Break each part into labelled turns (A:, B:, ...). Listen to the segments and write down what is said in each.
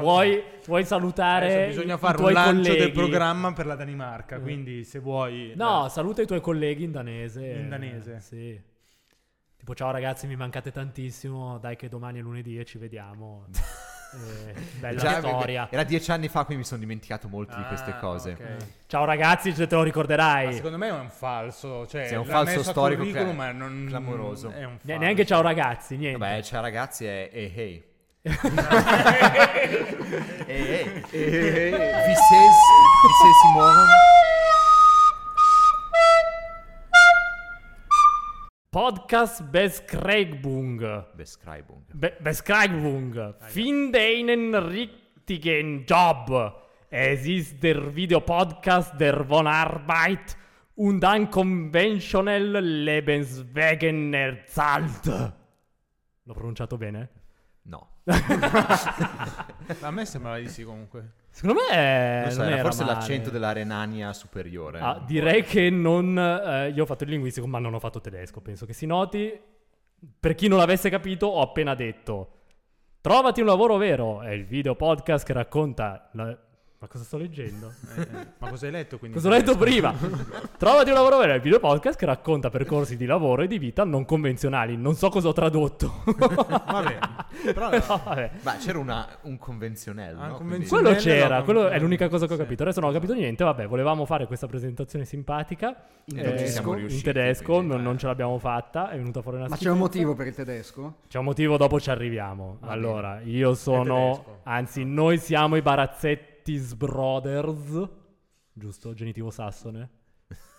A: Vuoi, vuoi salutare
B: Adesso Eh, bisogna
A: i
B: fare un
A: tuoi
B: lancio
A: colleghi?
B: del programma per la Danimarca.
A: Mm.
B: Quindi, se vuoi,
A: No,
B: eh,
A: saluta i tuoi colleghi in danese.
B: In danese.
A: Eh, Sì. Tipo, ciao ragazzi, mi mancate tantissimo. Dai, che domani è lunedì e ci vediamo. Eh, bella
C: Già,
A: storia. Eh.
C: Era dieci anni fa, quindi mi sono dimenticato molto di queste
B: Ah,
C: cose.
B: ok.
A: Ciao ragazzi, se te lo ricorderai.
B: Ma secondo me è un falso. Cioè,
C: Sì, è un
B: l'ha
C: falso
B: messo al
C: storico
B: curriculum,
C: cla-
B: ma non-
C: clamoroso.
B: È un
A: Ne-
B: falso.
A: neanche ciao ragazzi, niente.
C: Vabbè, cioè ragazzi, è eh, hey. Eh, eh. Vi se si muovono.
A: Podcast Beskregbung.
C: Beschreibung.
A: Be- Beschreibung. Fin deinen richtigen Job. Es ist der Videopodcast der Wohnarbeit und unconventional Lebenswegen erzahlt. L'ho pronunciato bene?
C: No.
A: Eh,
B: A me sembrava di sì, comunque.
A: Secondo me eh,
C: Non so,
A: non
C: era
A: era
C: forse
A: male.
C: l'accento della Renania superiore.
D: Cioè,
A: Ah, direi che non. eh, io ho fatto il linguistico, ma non ho fatto tedesco. Penso che si noti. Per chi non l'avesse capito, ho appena detto: Trovati un lavoro vero. È il video podcast che racconta. la- Ma cosa sto leggendo?
B: Eh, eh. ma cosa hai letto quindi?
A: Cosa ho letto prima? Trovati un lavoro vero. È il video podcast che racconta percorsi di lavoro e di vita non convenzionali. Non so cosa ho tradotto.
B: Vabbè, però
A: Però vabbè.
C: Ma c'era una- un convenzionello.
B: Ah,
C: no?
B: convenzionello.
C: Quindi-
A: Quello
B: Bello,
A: c'era,
B: no?
A: quello è l'unica cosa che ho
B: Sì.
A: capito. Adesso non ho capito niente. Vabbè, volevamo fare questa presentazione simpatica
E: In
A: eh,
E: tedesco. Siamo
A: in
C: riusciti,
A: tedesco,
C: quindi,
A: non,
C: eh.
A: non ce l'abbiamo fatta. È venuta fuori una
E: Ma c'è
A: schifezza.
E: un motivo per il tedesco?
A: C'è un motivo, dopo ci arriviamo.
E: Va
A: allora, io
B: È
A: sono.
B: tedesco.
A: Anzi, noi siamo i Barazzettis Brothers. Giusto? Genitivo sassone.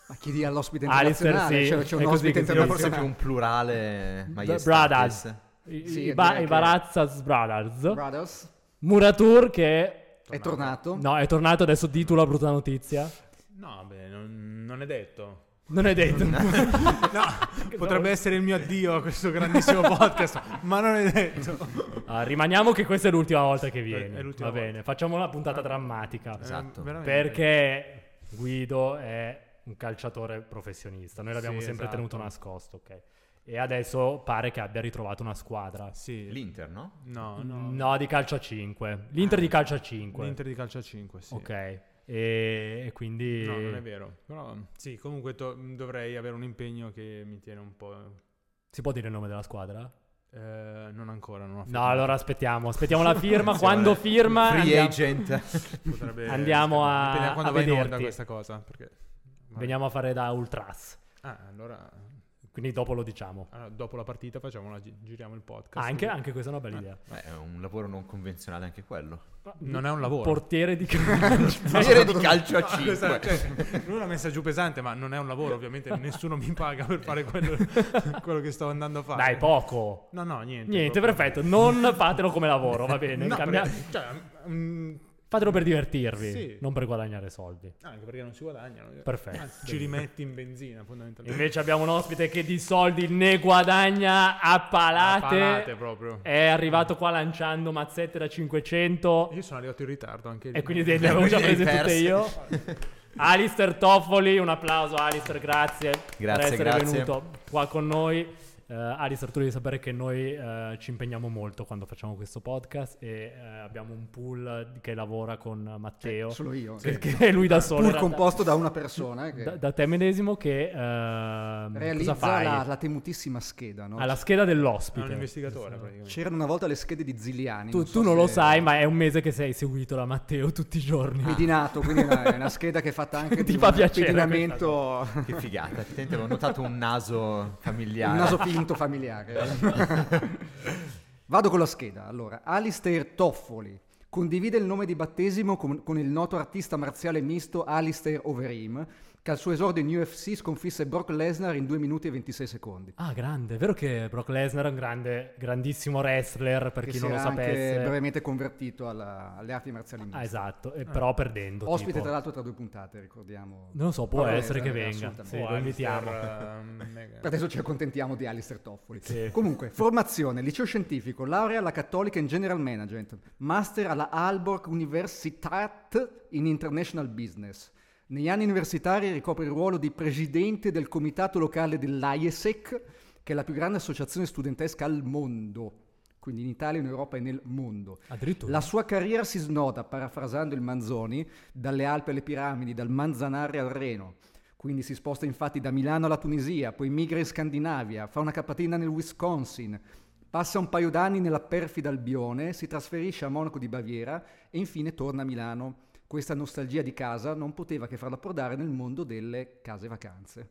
E: Ma chiedi all'ospite
A: Alistair, sì,
E: internazionale? C'è, c'è un
A: Ah, è così
E: ospite
A: che si
C: Era forse più
E: internazionale.
C: un plurale maiestatis.
A: Brothers. I,
E: Sì,
A: i ba-
E: direi
A: i
E: che-
A: Barazzas Brothers.
E: Brothers
A: Muratur che.
E: è tornato.
A: No, è tornato adesso. Di tu la brutta notizia.
B: No, beh, non, non è detto.
A: Non è detto.
B: Potrebbe essere il mio addio a questo grandissimo podcast, ma non è detto.
A: Ah, rimaniamo che questa è l'ultima volta che viene.
B: è l'ultima Ah.
A: Va bene, facciamo una puntata drammatica.
C: Esatto.
B: Eh, veramente.
A: Perché Guido è un calciatore professionista. Noi l'abbiamo
B: Sì,
A: sempre
B: esatto.
A: tenuto nascosto, ok? E adesso pare che abbia ritrovato una squadra.
B: Sì.
C: L'Inter, no?
B: No,
A: No,
B: no. Ah,
A: di calcio a 5. L'Inter di calcio a 5.
B: L'Inter di calcio a 5, sì.
A: Ok. E, e quindi...
B: No, non è vero. Però mm, sì, comunque to- mm, dovrei avere un impegno che mi tiene un po'...
A: Si può dire il nome della squadra?
B: eh, non ancora, non ho
A: No,
B: firmato.
A: allora aspettiamo. Aspettiamo la firma.
C: Attenzione.
A: Quando firma...
C: Free
A: andiamo-
C: agent.
B: Potrebbe-
A: Andiamo a-
B: Dipende quando
A: a
B: vai in onda
A: vederti.
B: questa cosa. Perché...
A: Veniamo a fare da Ultras.
B: Ah, allora,
A: Quindi dopo lo diciamo.
B: allora dopo la partita facciamo la gi- giriamo il podcast.
A: Ah, Anche, anche questa è una bella idea.
C: Beh, è un lavoro non convenzionale anche quello.
B: Ah, Non è un lavoro.
A: Portiere di calcio.
C: Dire di calcio a
B: Ah, questa-
A: esatto,
C: 5.
B: cioè, lui l'ha messa giù pesante, ma non è un lavoro, ovviamente. Nessuno mi paga per fare quello, quello che sto andando a fare.
A: Dai, poco.
B: No, no, niente.
A: Niente,
B: proprio.
A: perfetto. Non fatelo come lavoro, va bene.
B: No,
A: Cambia-
B: perché- cioè, mm,
A: Fatelo per divertirvi,
B: Sì.
A: non per guadagnare soldi.
B: anche perché non si guadagnano.
A: Perfetto.
B: Anzi, Eh, ci rimetti in benzina, fondamentalmente.
A: Invece abbiamo un ospite che di soldi ne guadagna a
B: Ah,
A: palate.
B: palate proprio.
A: È arrivato qua lanciando mazzette da 500
B: Io sono arrivato in ritardo anche lì.
A: e quindi le avevo già
C: Quindi hai
A: prese tutte
C: perso.
A: io. Alistair Toffoli, un applauso Alistair, grazie, per
C: Grazie,
A: essere
C: grazie.
A: venuto qua con noi. Eh, Alistair, tu devi sapere che noi eh, ci impegniamo molto quando facciamo questo podcast e eh, abbiamo un pool che lavora con Matteo,
E: Cioè, Solo io.
A: che, che è lui da solo, in
E: Pur
A: realtà.
E: composto da una persona eh, che
A: da, da te medesimo che ehm, cosa
E: realizza
A: fai?
E: la, la temutissima scheda. no?
A: Alla scheda
B: È un
A: dell'ospite.
B: investigatore, praticamente.
A: Cioè,
E: C'erano una volta le schede di Ziliani.
A: Tu,
E: so
A: tu non lo
E: se-
A: sai, ma è un mese che sei seguito da Matteo tutti i giorni.
E: Pedinato, quindi è una, è una scheda che è fatta
A: Ti
E: anche di
A: fa
E: un
A: piacere
E: pedinamento,
C: Che figata, effettivamente avevo notato un naso familiare.
E: un naso finto familiare. Vado con la scheda. Allora, Alistair Toffoli condivide il nome di battesimo con, con il noto artista marziale misto Alistair Overeem, che al suo esordio in UFC sconfisse Brock Lesnar in 2 minuti e 26 secondi.
A: Ah, grande. È vero che Brock Lesnar è un grande, grandissimo wrestler, per
E: che
A: chi
E: si
A: non lo
E: era
A: sapesse.
E: anche brevemente convertito alla- alle arti marziali miste.
A: Ah, esatto, e però perdendo.
E: Ospite
A: tipo.
E: tra l'altro tra due puntate, ricordiamo.
A: Non lo so, può
E: Vabbè,
A: essere che
E: eh,
A: venga.
E: assolutamente.
A: Sì, lo invitiamo.
B: ehm, Eh.
E: Per adesso ci accontentiamo di Alistair Toffoli.
A: Sì.
E: Comunque, formazione, liceo scientifico, laurea alla Cattolica in General Management, master alla Aalborg Universität in International Business. Negli anni universitari ricopre il ruolo di presidente del comitato locale dell'AIESEC, che è la più grande associazione studentesca al mondo, quindi in Italia, in Europa e nel mondo.
D: Esatto.
A: Addirittura.
E: La sua carriera si snoda, parafrasando il Manzoni, dalle Alpi alle piramidi, dal Manzanare al Reno. Quindi si sposta infatti da Milano alla Tunisia, poi migra in Scandinavia, fa una capatina nel Wisconsin, passa un paio d'anni nella perfida Albione, si trasferisce a Monaco di Baviera e infine torna a Milano. Questa nostalgia di casa non poteva che farla approdare nel mondo delle case vacanze.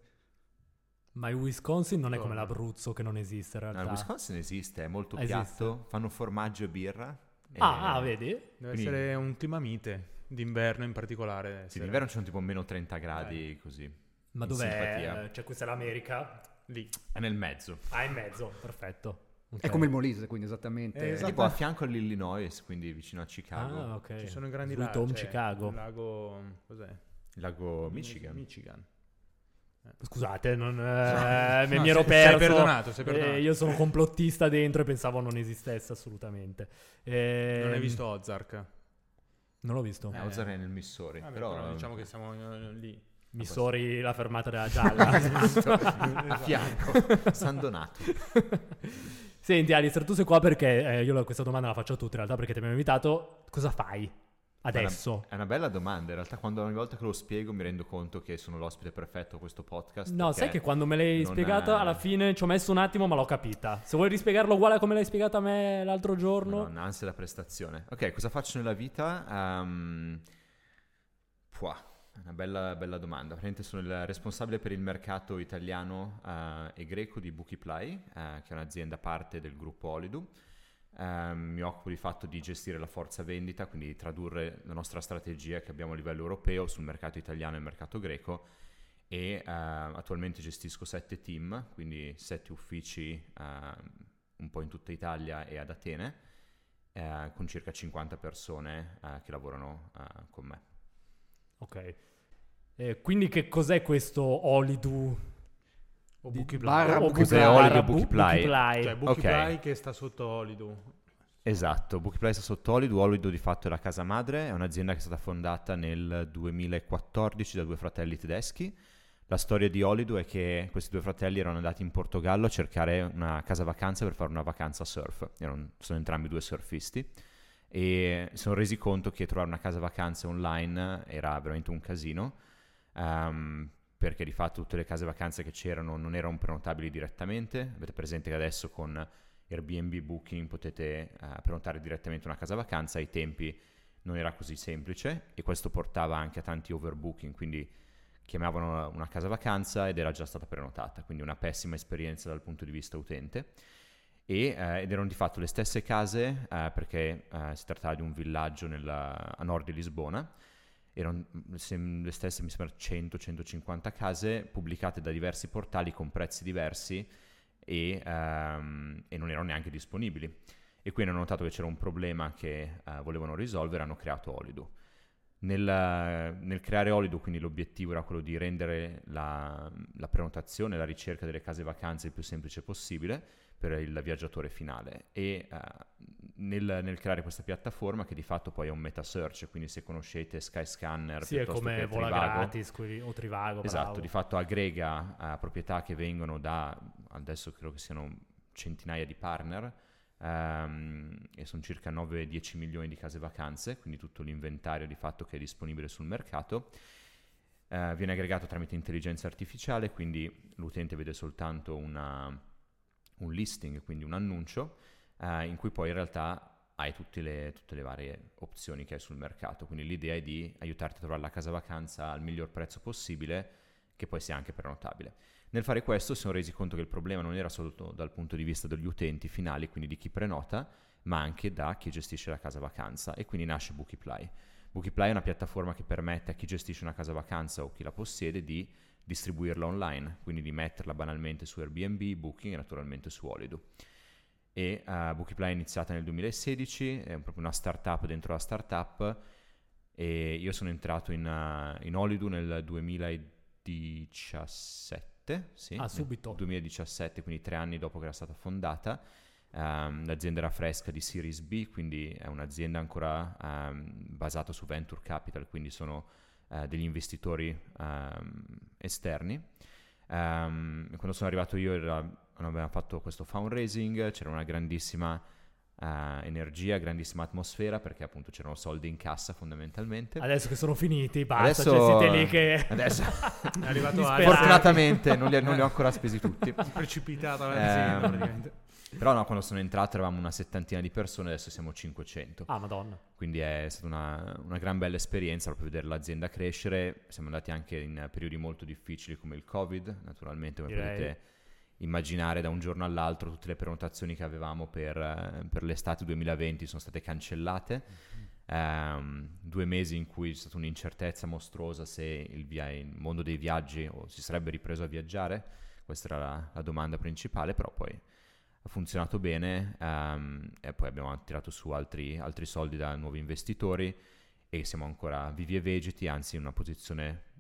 A: Ma il Wisconsin non è come l'Abruzzo che non esiste in
D: No,
A: realtà.
D: il Wisconsin esiste, è molto
A: Esiste.
D: piatto, fanno formaggio e birra. e-
A: ah, ah, vedi?
B: Deve
D: Quindi-
B: essere un clima mite, d'inverno in particolare. deve
D: Sì,
B: essere.
D: d'inverno ci sono tipo meno 30 gradi così.
A: Ma
D: In
A: dov'è?
D: simpatia.
A: Cioè, questa è l'America.
B: Lì.
D: È nel mezzo.
A: Ah, in mezzo, perfetto.
E: È come il Molise, quindi esattamente.
B: Eh,
D: È
B: esatto.
D: tipo a fianco all'Illinois, quindi vicino a Chicago.
A: Ah, ok.
B: Ci sono i grandi
A: Sweet
B: laghi.
A: Home
B: cioè,
A: Chicago.
B: il lago... cos'è?
D: Il lago Oh, Michigan.
B: Michigan.
A: Scusate, non, eh, mi,
B: No,
A: mi
B: sei-
A: ero
B: sei
A: perso.
B: perdonato, sei perdonato.
A: Eh, io sono complottista dentro e pensavo non esistesse assolutamente. Eh,
B: Non hai visto Ozark?
A: Non l'ho visto.
D: Eh,
B: Eh.
D: Ozark è nel Missouri,
B: Vabbè,
D: però, ehm,
B: però diciamo che siamo eh, lì.
A: Mi sorri la fermata della gialla.
D: a
B: Esatto.
D: fianco, San Donato.
A: Senti, Alistair, tu sei qua perché eh, io la- questa domanda la faccio a tutti in realtà perché ti abbiamo invitato. Cosa fai adesso?
D: È una bella domanda, in realtà quando ogni volta che lo spiego mi rendo conto che sono l'ospite perfetto a questo podcast.
A: No, sai che
D: perché
A: quando me l'hai
D: non
A: spiegata
D: è-
A: alla fine ci ho messo un attimo, ma l'ho capita. Se vuoi rispiegarlo uguale a come l'hai spiegata a me l'altro giorno,
D: Madonna, ansia da prestazione. Ok, cosa faccio nella vita? Ehm, puah, è una bella, bella domanda. Praticamente sono il responsabile per il mercato italiano eh, e greco di Bookiply, eh, che è un'azienda parte del gruppo Olidu. Ehm, mi occupo di fatto di gestire la forza vendita, quindi di tradurre la nostra strategia che abbiamo a livello europeo sul mercato italiano e mercato greco e eh, attualmente gestisco sette team, quindi sette uffici ehm, un po' in tutta Italia e ad Atene, eh, con circa 50 persone eh, che lavorano eh, con me.
A: Ok. Eh, quindi che cos'è questo Olidu? O
E: Di-
A: Bookie Ply?
E: barra
A: O
E: Bookie
A: Bookie
E: Ply.
A: Ply,
D: Olidu
A: Bu-
D: Bookie Ply.
A: Bookie Ply.
B: Cioè, Bucky
D: ok.
B: Ply che sta sotto Olidu.
D: Esatto, Bookplay sta sotto Olido, Olido di fatto è la casa madre, è un'azienda che è stata fondata nel 2014 da due fratelli tedeschi. La storia di Olido è che questi due fratelli erano andati in Portogallo a cercare una casa vacanza per fare una vacanza surf, Erano- sono entrambi due surfisti e si sono resi conto che trovare una casa vacanza online era veramente un casino ehm, perché di fatto tutte le case vacanze che c'erano non erano prenotabili direttamente, avete presente che adesso con Airbnb Booking potete eh, prenotare direttamente una casa vacanza, ai tempi non era così semplice e questo portava anche a tanti overbooking, quindi chiamavano una casa vacanza ed era già stata prenotata, quindi una pessima esperienza dal punto di vista utente. E, eh, ed erano di fatto le stesse case eh, perché eh, si trattava di un villaggio nella- a nord di Lisbona, erano mm, sem- le stesse mi sembra 100-150 case pubblicate da diversi portali con prezzi diversi e, ehm, e non erano neanche disponibili. E quindi hanno notato che c'era un problema che eh, volevano risolvere e hanno creato Olido. Nel, nel creare Olido, quindi l'obiettivo era quello di rendere la, la prenotazione, la ricerca delle case vacanze il più semplice possibile per il viaggiatore finale. E eh, nel, nel creare questa piattaforma, che di fatto poi è un meta search, quindi se conoscete Skyscanner,
A: Sì, è
D: piuttosto
A: come
D: che
A: vola
D: Trivago,
A: gratis quelli- o Trivago. bravo.
D: Esatto, di fatto aggrega eh, proprietà che vengono da, adesso credo che siano centinaia di partner, ehm, e sono circa 9-10 milioni di case vacanze, quindi tutto l'inventario di fatto che è disponibile sul mercato. Eh, viene aggregato tramite intelligenza artificiale, quindi l'utente vede soltanto una- un listing, quindi un annuncio, eh, in cui poi in realtà hai tutte le, tutte le varie opzioni che hai sul mercato. Quindi l'idea è di aiutarti a trovare la casa vacanza al miglior prezzo possibile, che poi sia anche prenotabile. Nel fare questo si sono resi conto che il problema non era solo dal punto di vista degli utenti finali, quindi di chi prenota, ma anche da chi gestisce la casa vacanza e quindi nasce Bookiply. Bookiply è una piattaforma che permette a chi gestisce una casa vacanza o chi la possiede di distribuirla online, quindi di metterla banalmente su Airbnb, Booking e naturalmente su Holido e eh, Bookiply è iniziata nel 2016, è proprio una startup dentro la startup e io sono entrato in, eh, in Holidu nel 2017, sì,
A: Ah,
D: nel
A: subito.
D: 2017, quindi tre anni dopo che era stata fondata. Ehm, l'azienda era fresca di Series B, quindi è un'azienda ancora ehm, basata su Venture Capital, quindi sono eh, degli investitori ehm, esterni. Ehm, quando sono arrivato io era- avevamo fatto questo fundraising, c'era una grandissima eh, energia, grandissima atmosfera perché appunto c'erano soldi in cassa fondamentalmente.
A: Adesso che sono finiti, basta. Cioè, siete lì che.
D: adesso-
B: È arrivato a
A: Disperati.
D: fortunatamente non li, non li
A: Eh.
D: ho ancora spesi tutti.
B: precipitata l'azienda
D: Ehm,
B: praticamente.
D: Però no, quando sono entrato eravamo una settantina di persone, adesso siamo 500.
A: Ah, madonna.
D: Quindi è stata una, una gran bella esperienza proprio vedere l'azienda crescere. Siamo andati anche in periodi molto difficili come il Covid, naturalmente, come
A: Direi.
D: potete immaginare da un giorno all'altro tutte le prenotazioni che avevamo per, eh, per l'estate 2020 sono state cancellate. Ehm, due mesi in cui c'è stata un'incertezza mostruosa se il, via- il mondo dei viaggi o si sarebbe ripreso a viaggiare, questa era la, la domanda principale, però poi ha funzionato bene ehm, e poi abbiamo tirato su altri, altri soldi da nuovi investitori e siamo ancora vivi e vegeti, anzi in una posizione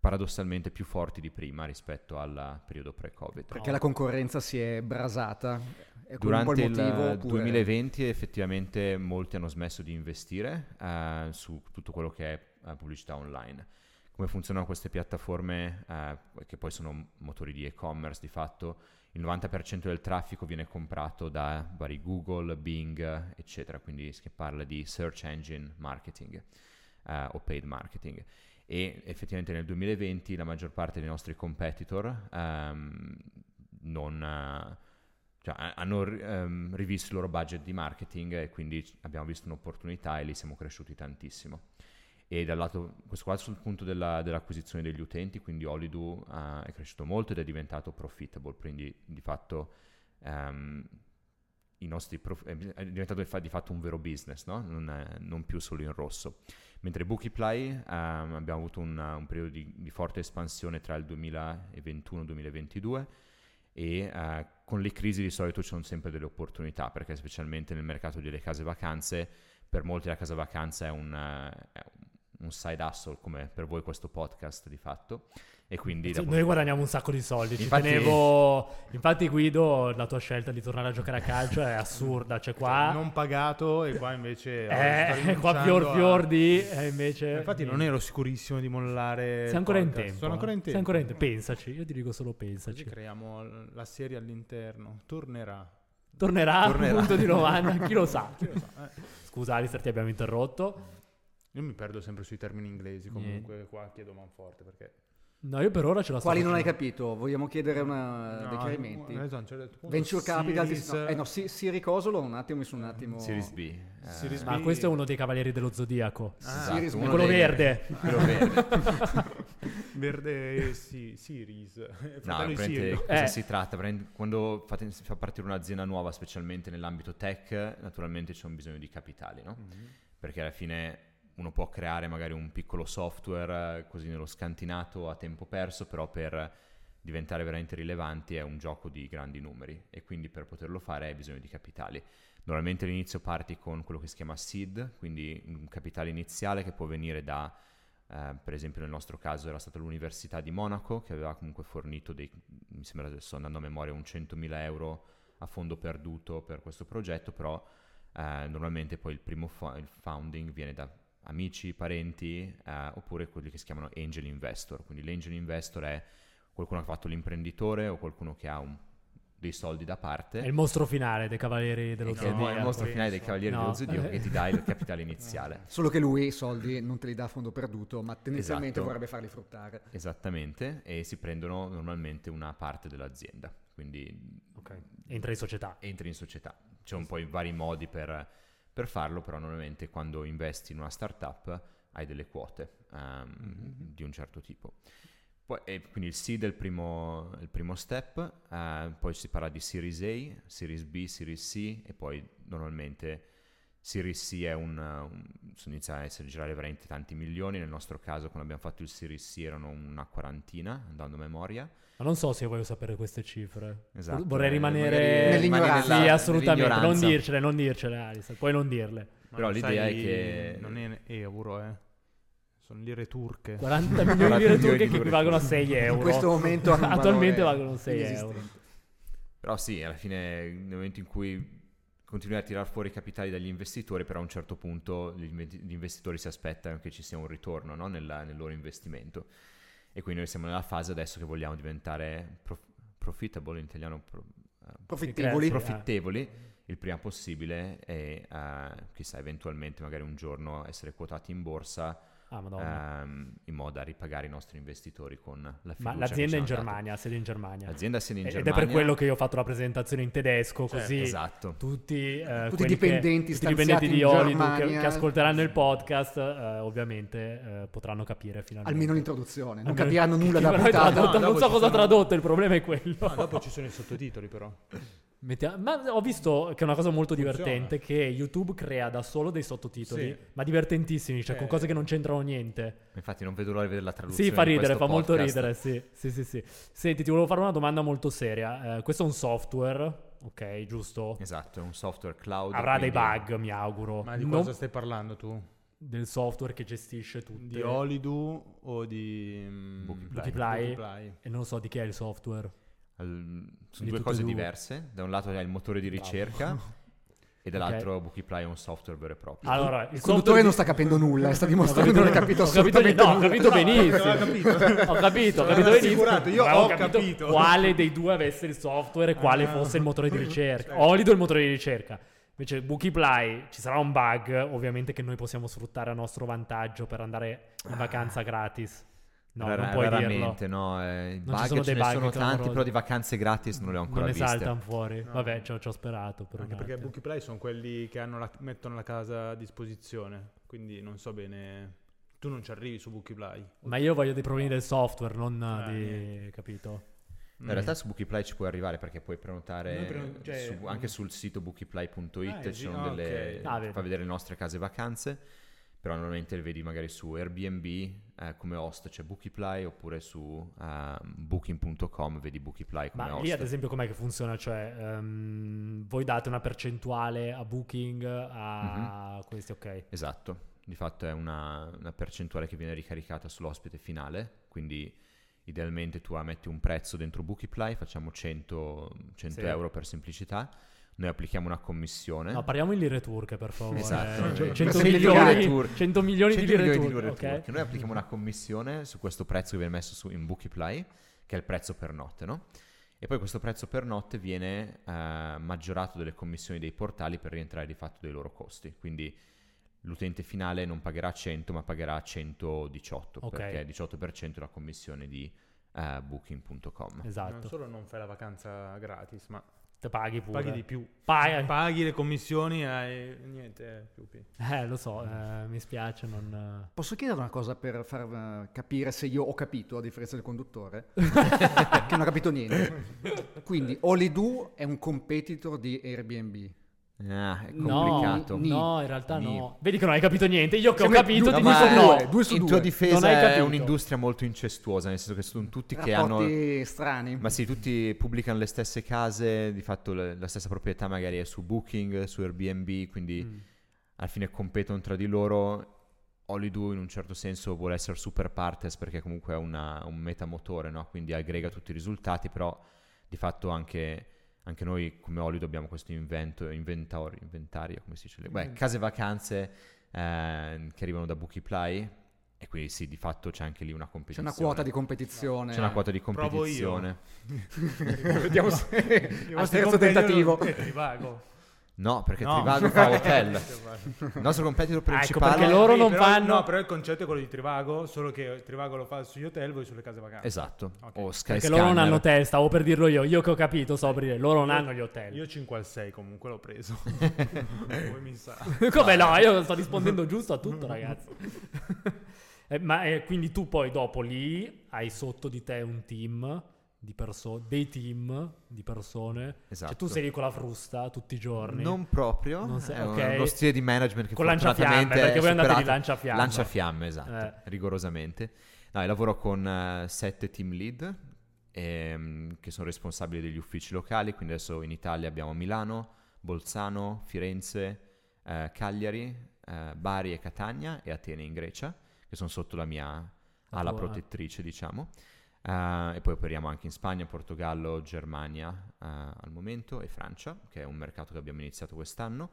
D: paradossalmente più forti di prima rispetto al periodo pre-Covid.
E: Perché la concorrenza si è brasata. È quello un po'
D: Durante
E: il
D: il
E: motivo. oppure-
D: 2020 effettivamente molti hanno smesso di investire eh, su tutto quello che è eh, pubblicità online. Come funzionano queste piattaforme eh, che poi sono motori di e-commerce di fatto? Il 90% del traffico viene comprato da vari Google, Bing, eccetera, quindi si parla di search engine marketing eh, o paid marketing. E effettivamente nel 2020 la maggior parte dei nostri competitor ehm, non, eh, cioè, ha- hanno ri- ehm, rivisto il loro budget di marketing e quindi c- abbiamo visto un'opportunità e lì siamo cresciuti tantissimo. E dal lato, questo qua sul punto della- dell'acquisizione degli utenti, quindi Olidu eh, è cresciuto molto ed è diventato profitable, quindi di fatto ehm, i nostri prof- è è diventato di fa- di fatto un vero business, no? non, è- non più solo in rosso. Mentre Bookiply ehm, abbiamo avuto un, un periodo di, di forte espansione tra il 2021 e il 2022 e eh, con le crisi di solito ci sono sempre delle opportunità perché specialmente nel mercato delle case vacanze per molti la casa vacanza è un, eh, è un side hustle come per voi questo podcast di fatto e quindi
A: Sì,
D: dopo-
A: Noi guadagniamo un sacco di soldi. Ci
D: Infatti-
A: tenevo. Infatti, Guido, la tua scelta di tornare a giocare a calcio è assurda. Cioè, qua.
B: non pagato e qua invece
A: Eh,
B: ora sto
A: qua
B: rinunciando
A: fior
B: a-
A: fior di e invece
B: Infatti non ero sicurissimo di mollare.
A: sei ancora,
B: il
A: in
B: podcast.
A: tempo,
B: Sono ancora in
A: eh.
B: tempo.
A: Sei ancora in tempo. pensaci io ti dico solo
B: Così
A: pensaci
B: creiamo l- la serie all'interno. Tornerà.
A: tornerà,
D: Tornerà.
A: punto di 90 chi lo sa
B: Chi lo sa, eh.
A: scusa Alistair ti abbiamo interrotto
B: Io mi perdo sempre sui termini inglesi, comunque qua chiedo manforte perché...
A: no io per ora ce la sto
E: Quali non hai
A: facendo.
E: capito? Vogliamo chiedere una... Eh, dei chiarimenti?
B: adesso a un certo punto
E: Venture Capital, ti-
B: Series-
E: no, eh no, si, si ricosolo un attimo, mi sono un attimo...
D: Series B eh,
B: Series B.
A: ma questo è uno dei cavalieri dello zodiaco
B: Ah,
D: esatto,
E: Series B.
D: uno
A: quello
D: dei-
A: verde
D: quello verde
B: Verde, eh, sì, Series. Eh,
D: No,
B: Fratello di
D: praticamente
B: Sirio.
D: cosa
A: Eh.
D: si tratta? Praticamente Quando fate- si fa partire un'azienda nuova, specialmente nell'ambito tech, naturalmente c'è un bisogno di capitali,
A: Mm.
D: no?
B: Mhm.
D: Perché alla fine uno può creare magari un piccolo software eh, così nello scantinato a tempo perso, però per diventare veramente rilevanti è un gioco di grandi numeri e quindi per poterlo fare hai bisogno di capitali. Normalmente all'inizio parti con quello che si chiama seed, quindi un capitale iniziale che può venire da eh, per esempio nel nostro caso era stata l'Università di Monaco che aveva comunque fornito dei, mi sembra adesso andando a memoria, un 100.000 euro a fondo perduto per questo progetto, però eh, normalmente poi il primo fo- il founding viene da amici, parenti eh, oppure quelli che si chiamano angel investor. Quindi l'angel investor è qualcuno che ha fatto l'imprenditore o qualcuno che ha un- dei soldi da parte.
A: è il mostro finale dei cavalieri dello
D: che è il mo-
A: zodiaco
D: è il mostro finale dei Cavalieri
A: No.
D: dello Zodiaco che ti dà il capitale iniziale.
E: Solo che lui i soldi non te li dà a fondo perduto, ma tendenzialmente
D: Esatto.
E: vorrebbe farli fruttare.
D: Esattamente, e si prendono normalmente una parte dell'azienda, quindi
A: entra in società
D: entri in società. C'è un po' i vari modi per, per farlo, però normalmente quando investi in una startup hai delle quote ehm, di un certo tipo. Poi- e quindi il seed è il primo, il primo step, eh, poi si parla di Series A, Series B, Series C e poi normalmente Series C è un... un- sono iniziati a essere girare veramente tanti milioni, nel nostro caso quando abbiamo fatto il Series C erano una quarantina, andando a memoria.
A: ma non so se voglio sapere queste cifre
D: Esatto,
A: vorrei
D: eh,
A: rimanere
D: magari
E: Nell'ignoranza.
D: rimani
A: sì
D: nella-
A: assolutamente non
D: nell'ignoranza.
A: dircele non dircele Alistair puoi non dirle
B: Ma
D: Però
B: non
D: l'idea
B: sai-
D: è che-
B: Non è euro, eh. Sono lire turche.
A: 40 milioni di lire
D: 40 milioni
A: turche
D: di
A: che
D: lire.
A: equivalgono a 6 euro.
E: In questo momento hanno un
A: attualmente
E: valore
A: valgono 6 euro.
E: inesistente.
D: Però sì, alla fine nel momento in cui continui a tirare fuori i capitali dagli investitori, però a un certo punto gli inve- gli investitori si aspettano che ci sia un ritorno no? Nella- nel loro investimento. E quindi noi siamo nella fase adesso che vogliamo diventare prof- profitable, in italiano pro- eh,
E: Profittevoli.
A: Grazie.
D: profittevoli, il prima possibile e eh, chissà eventualmente magari un giorno essere quotati in borsa
A: Ah, madonna.
D: ehm, in modo da ripagare i nostri investitori con la fiducia
A: Ma
D: che
A: l'azienda è
D: ci
A: in
D: hanno dato.
A: Germania, sede in Germania.
D: L'azienda è sede in
A: Ed
D: Germania.
A: è per quello che io ho fatto la presentazione in tedesco,
B: Certo,
A: così
D: Esatto.
A: tutti, eh,
E: Tutti i
A: quelli che-
E: dipendenti
A: tutti i dipendenti
E: stanziati
A: di
E: in
A: Olidu che,
E: Germania.
A: che ascolteranno il podcast eh, ovviamente eh, potranno capire finalmente.
E: Almeno l'introduzione, non
A: Almeno-
E: capiranno nulla
A: Che
E: da
A: però è
E: puntata.
A: tradotto,
B: No,
A: non
B: dopo
A: so
B: ci
A: cosa ha
B: sono-
A: tradotto, il problema è quello.
B: No, Ah, dopo ci sono i sottotitoli però.
A: Mettia- Ma ho visto che è una cosa molto
B: Funziona.
A: divertente che YouTube crea da solo dei sottotitoli,
B: Sì.
A: ma divertentissimi, cioè con
B: Eh.
A: cose che non c'entrano niente.
D: Infatti non vedo l'ora di vedere la traduzione.
A: Sì, fa
D: di
A: ridere, fa
D: questo
A: molto
D: podcast.
A: ridere, sì. Sì, sì, sì. Senti, ti volevo fare una domanda molto seria. Eh, questo è un software, ok, giusto?
D: Esatto, è un software cloud.
A: Avrà dei
D: quindi-
A: bug, mi auguro.
B: Ma di
A: Non-
B: cosa stai parlando tu?
A: Del software che gestisce tutte
B: Di Olidu o di mm,
D: Bookiply.
A: Bookiply.
B: Bookiply?
A: E non so di chi è il software.
D: Al-
A: Di
D: Sono due
A: tutte
D: cose
A: e due.
D: diverse. Da un lato è il motore di
A: Bravo.
D: ricerca e dall'altro Bookiply è un software vero e proprio.
A: Allora, il,
E: Il
A: software
E: conduttore
A: di-
E: non sta capendo nulla, eh, sta
A: Ho
E: dimostrando di non aver capito
A: ho
E: assolutamente
A: no, ho
E: nulla.
A: capito benissimo.
B: Aveva capito.
A: Ho capito, ho
B: Sono
A: capito
B: rassicurato,
A: benissimo.
B: io
A: Avevo
B: ho capito.
A: quale dei due avesse il software e quale
B: Ah.
A: fosse il motore di ricerca.
B: Certo.
A: Olido è il motore di ricerca. Invece Bookiply ci sarà un bug, ovviamente che noi possiamo sfruttare a nostro vantaggio per andare in vacanza gratis. No,
D: Ra-
A: non puoi dirlo.
D: raramente, no. eh, i
A: Non ci
D: bug
A: sono
D: ce
A: dei
D: ne
A: bug
D: sono tanti,
A: clamorosi.
D: però di vacanze gratis non le ho ancora
A: Non ne
D: viste.
A: saltano fuori.
B: No.
A: Vabbè, ci ho, ci ho sperato per
B: Anche
A: un
B: perché
A: attimo.
B: Bookiply sono quelli che hanno la- mettono la casa a disposizione, quindi non so bene... Tu non ci arrivi su Bookiply.
A: Ma io voglio dei problemi del software, non
B: Ah,
A: di...
B: niente.
A: capito?
D: No, In realtà su Bookiply ci puoi arrivare perché puoi prenotare
B: Noi preno- cioè,
D: su-
B: mm.
D: anche sul sito bookiply.it
B: Ah,
D: ci
B: sì,
D: sono
B: ah,
D: delle,
B: ok.
A: Ah,
D: ti fa
A: vedi.
D: vedere le nostre case vacanze però normalmente le vedi magari su Airbnb eh, come host c'è Bookiply oppure su eh, booking.com vedi Bookiply come
A: Ma
D: host
A: lì ad esempio com'è che funziona? Cioè, ehm, voi date una percentuale a Booking, a
D: Mhm.
A: questi, ok.
D: esatto di fatto è una, una percentuale che viene ricaricata sull'ospite finale quindi idealmente tu ah, metti un prezzo dentro Bookiply facciamo 100, 100
A: Sì.
D: euro per semplicità noi applichiamo una commissione
A: No, parliamo in lire turche, per favore.
D: Esatto,
A: Eh,
D: cioè,
A: 100,
E: per semplificare.
A: milioni, 100 milioni di
D: 100
A: lire
D: milioni
A: turche,
D: lire
A: ok?
D: turche. Noi applichiamo una commissione su questo prezzo che viene messo su, in Bookiply, che è il prezzo per notte, no? E poi questo prezzo per notte viene eh, maggiorato delle commissioni dei portali per rientrare di fatto dei loro costi. Quindi l'utente finale non pagherà 100, ma pagherà 118,
A: Ok.
D: perché 18% è la commissione di eh, booking.com.
B: Non
A: Esatto,
B: solo non fai la vacanza gratis, ma
A: te paghi pure.
B: paghi di più.
A: Paghi-
B: Paghi le commissioni e niente, più più.
A: Eh, lo so, eh, mi spiace, non...
E: Posso chiedere una cosa per far eh, capire se io ho capito, a differenza del conduttore?
A: eh.
E: che non ha capito niente. Quindi Olidu è un competitor di Airbnb.
D: Ah, è
A: No,
D: complicato.
A: no, in realtà
D: Ni.
A: no. Vedi che non hai capito niente, io che ho
E: Siamo
A: capito
E: due-
A: ti
E: no,
A: dico
E: ma-
A: no.
E: due, due su
D: in
E: due.
A: Non
D: tua
A: hai
D: difesa è
A: capito.
D: un'industria molto incestuosa, nel senso che sono tutti che hanno
E: Rapporti strani.
D: Ma sì, tutti pubblicano le stesse case, di fatto le- la stessa proprietà magari è su Booking, su Airbnb, quindi
A: Mm.
D: alla fine competono tra di loro. Holido in un certo senso vuole essere super partes perché comunque è una- un metamotore, no? quindi aggrega tutti i risultati, però di fatto anche, anche noi come Holido abbiamo questo invento, inventario, inventario come si dice? Beh, case vacanze eh, che arrivano da Bookiply e quindi sì, di fatto c'è anche lì una
E: C'è
D: competizione.
E: una quota di eh, competizione.
D: eh. C'è una quota di
B: Provo io.
D: competizione.
E: Vediamo se al terzo tentativo.
B: Eh, Trivago.
D: No, perché Trivago fa hotel. Il nostro competitor
A: Ah, ecco
D: principale.
A: perché loro non
B: però,
A: fanno-
B: No, però il concetto è quello di Trivago, solo che Trivago lo fa sugli hotel, voi sulle case vacanze.
D: Esatto.
B: Ok.
D: O Sky
A: Perché loro non
D: Scanner.
A: hanno testa, stavo per dirlo io, io che ho capito, so per dire, loro non hanno gli hotel.
B: Io 5 al 6 comunque l'ho preso. Poi mi sa.
A: Come no? Io sto rispondendo giusto a tutto, ragazzi. Eh, ma eh, quindi tu poi dopo lì hai sotto di te un team di persone, dei team di persone.
D: Esatto.
A: Cioè tu sei lì con la frusta tutti i giorni.
D: Non proprio.
A: Non se-
D: è un-
A: ok.
D: uno stile di management che
A: Con lanciafiamme,
D: fortunatamente
A: perché
D: è
A: voi andate di
D: superato.
A: lanciafiamme.
D: Lanciafiamme, esatto,
A: Eh.
D: rigorosamente. No, io lavoro con eh, sette team lead ehm, che sono responsabili degli uffici locali, quindi adesso in Italia abbiamo Milano, Bolzano, Firenze, eh, Cagliari, eh, Bari e Catania e Atene in Grecia, che sono sotto la mia
A: La
D: ala
A: tua-
D: protettrice, diciamo. Eh, e poi operiamo anche in Spagna, Portogallo, Germania eh, al momento e Francia, che è un mercato che abbiamo iniziato quest'anno.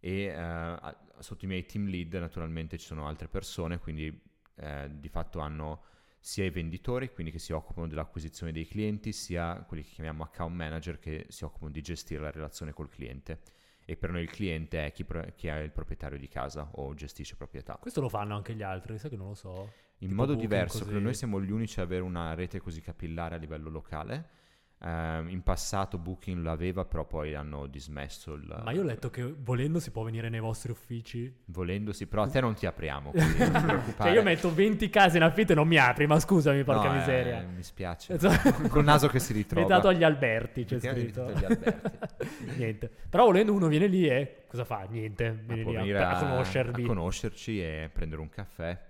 D: E eh, a- sotto i miei team lead naturalmente ci sono altre persone, quindi eh, di fatto hanno sia i venditori, quindi che si occupano dell'acquisizione dei clienti, sia quelli che chiamiamo account manager che si occupano di gestire la relazione col cliente. e per noi il cliente è chi, pro- chi è il proprietario di casa o gestisce proprietà.
A: Questo lo fanno anche gli altri, sai che non lo so.
D: In
A: Tipo
D: modo
A: Booking,
D: diverso,
A: così.
D: credo noi siamo gli unici a avere una rete così capillare a livello locale. Ehm, in passato Booking l'aveva, però poi hanno dismesso il...
A: Ma io ho letto che volendo si può venire nei vostri uffici.
D: Volendosi, però a te non ti apriamo, quindi non ti preoccupare.
A: Cioè, io metto 20 case in affitto e non mi apri, ma scusami, porca
D: No, eh,
A: miseria.
D: mi spiace.
A: Esatto.
D: Col naso che si
A: Mi è
D: ritrova.
A: dato agli Alberti, c'è
D: Perché
A: scritto.
D: mi è dato agli Alberti.
A: Niente. Però volendo uno viene lì e cosa fa? Niente.
D: Ma
A: Viene
D: può
A: lì a-
D: venire
A: per- a,
D: a,
A: conoscervi.
D: a conoscerci e prendere un caffè.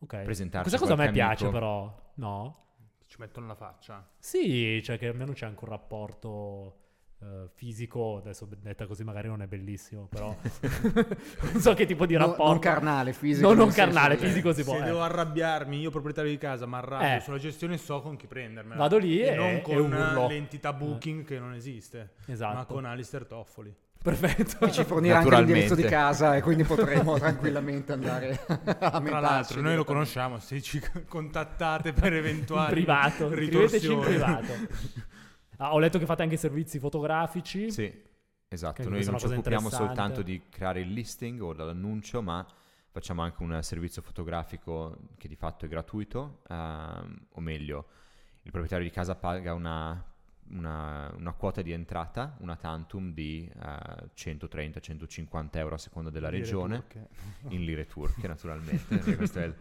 A: ok.
D: presentarsi
A: Questa cosa a me
D: qualche
A: piace
D: amico.
A: però, no?
B: Ci mettono la faccia.
A: Sì, cioè che almeno c'è anche un rapporto eh, fisico, adesso detta così magari non è bellissimo, però non so che tipo di
E: No-
A: rapporto.
E: non carnale, fisico,
A: No, non
E: nel senso
A: carnale,
E: che-
A: fisico si
B: Se
A: può. eh.
B: devo arrabbiarmi, io proprietario di casa, mi arrabbio
A: Eh.
B: sulla gestione so con chi prendermela.
A: Vado lì e-
B: non
A: e
B: con
A: urlo.
B: l'entità booking che non esiste,
A: Esatto.
B: ma con Alistair Toffoli.
A: Perfetto.
E: Ci fornirà anche
D: Naturalmente.
E: l'indirizzo di casa e quindi potremo tranquillamente andare a
B: Tra
E: lamentarci.
B: l'altro, noi lo conosciamo, se ci contattate per
A: in
B: eventuali
A: privato, scriveteci in
B: ritorsioni.
A: privato. Ah, ho letto che fate anche servizi fotografici.
D: Sì, esatto.
A: Che
D: Noi
A: questa è una
D: non ci
A: cosa
D: occupiamo
A: interessante.
D: soltanto di creare il listing o dall'annuncio, ma facciamo anche un servizio fotografico che di fatto è gratuito, ehm, o meglio, il proprietario di casa paga una, una- una quota di entrata, una tantum di 130-150 euro a seconda della regione, in lire turche naturalmente, perché questo è il,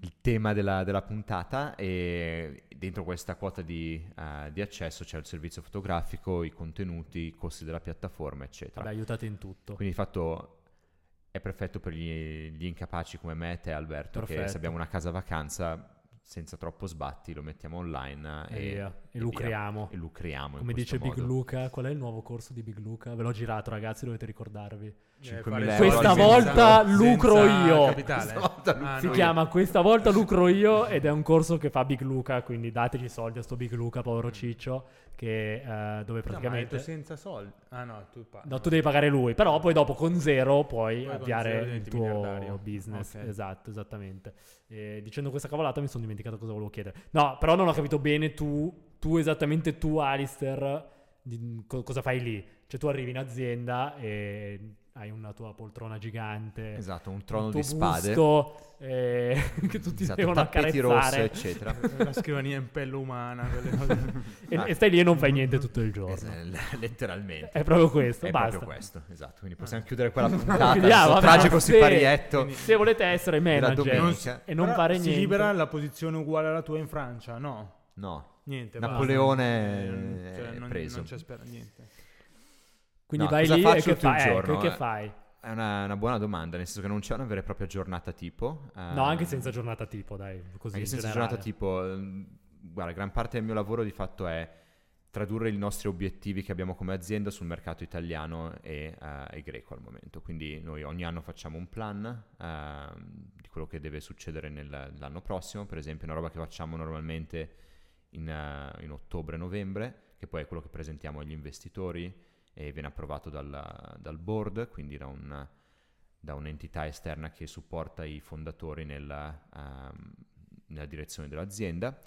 D: il tema della, della puntata e dentro questa quota di, eh, di accesso c'è il servizio fotografico, i contenuti, i costi della piattaforma, eccetera.
A: Vabbè, aiutate in tutto.
D: Quindi di fatto è perfetto per gli, gli incapaci come me e te Alberto, che
A: Perfetto.
D: se abbiamo una casa vacanza senza troppo sbatti lo mettiamo online
A: E
D: eh, e,
A: via. E lucriamo.
D: E lucriamo. in
A: Come
D: questo
A: dice Big
D: modo.
A: Luca, qual è il nuovo corso di Big Luca? Ve l'ho girato, ragazzi, dovete ricordarvi.
B: Eh,
D: 5.000
B: fare soldi
D: euro Questa
A: volta
B: senza-
A: lucro
B: senza
A: io.
B: capitale.
D: Questa volta lucro
B: Ah,
A: Si
B: no,
A: chiama Questa volta lucro io ed è un corso che fa Big Luca, quindi dateci i soldi a sto Big Luca, povero Ciccio, che, eh, dove
B: No, ma hai detto
A: praticamente...
B: senza soldi. Ah no, tu parli.
A: No, tu devi pagare lui, però poi dopo con zero puoi
B: Poi con
A: avviare
B: zero
A: il
B: diventi
A: tuo
B: miliardario.
A: business.
B: Ok.
A: Esatto, esattamente. E dicendo questa cavolata mi sono dimenticato cosa volevo chiedere. No, però non ho capito bene tu, tu esattamente tu Alistair, di- co- cosa fai lì? Cioè tu arrivi in azienda e hai una tua poltrona gigante.
D: Esatto, un trono
A: un
D: di
A: tuo
D: spade.
A: busto, eh, che tutti
D: esatto,
A: devono
D: tappeti rosso,
A: accarezzare.
D: eccetera.
B: La scrivania in pelle umana, quelle cose.
A: E, e stai lì e non fai niente tutto il giorno.
D: Es- letteralmente.
A: È proprio questo,
D: Esatto. È
A: basta. Ah.
D: proprio questo, esatto. Quindi possiamo chiudere quella puntata.
A: Chiudiamo,
D: questo
A: vabbè,
D: tragico
A: sì.
D: siparietto.
A: Quindi, Se volete essere manager
D: domenica.
A: non-
D: Però
A: e non
B: Però
A: fare
B: si
A: niente,
B: libera la posizione uguale alla tua in Francia? No.
D: No,
B: Niente.
D: Napoleone
B: basta.
D: è
B: Cioè, non,
D: preso.
B: non c'è spera niente.
A: quindi
D: No,
A: vai
D: cosa
A: lì e
D: faccio
A: che
D: tutto il
A: fai? Eh,
D: giorno,
A: che- che
D: eh?
A: fai?
D: è una, una buona domanda, nel senso che non c'è una vera e propria giornata tipo.
A: No,
D: ehm,
A: anche senza giornata tipo, dai, così
D: anche
A: in
D: senza
A: generale.
D: giornata tipo. ehm, Guarda, gran parte del mio lavoro di fatto è tradurre i nostri obiettivi che abbiamo come azienda sul mercato italiano e, eh, e greco al momento. Quindi noi ogni anno facciamo un plan ehm, di quello che deve succedere nel- l'anno prossimo, per esempio una roba che facciamo normalmente in, eh, in ottobre-novembre, che poi è quello che presentiamo agli investitori e viene approvato dal, dal board, quindi da, un- da un'entità esterna che supporta i fondatori nella, ehm, nella direzione dell'azienda.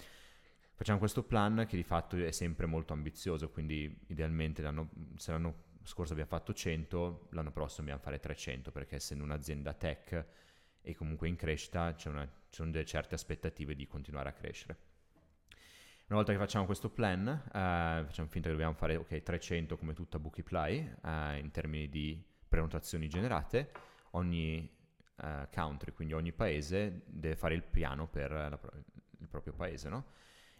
D: Facciamo questo plan che di fatto è sempre molto ambizioso, quindi idealmente l'anno, se l'anno scorso abbiamo fatto 100, l'anno prossimo dobbiamo fare 300, perché essendo un'azienda tech e comunque in crescita c'è una- ci sono delle certe aspettative di continuare a crescere. Una volta che facciamo questo plan, eh, facciamo finta che dobbiamo fare ok, 300 come tutta Bookiply eh, in termini di prenotazioni generate, ogni eh, country, quindi ogni paese deve fare il piano per la pro- il proprio paese, no?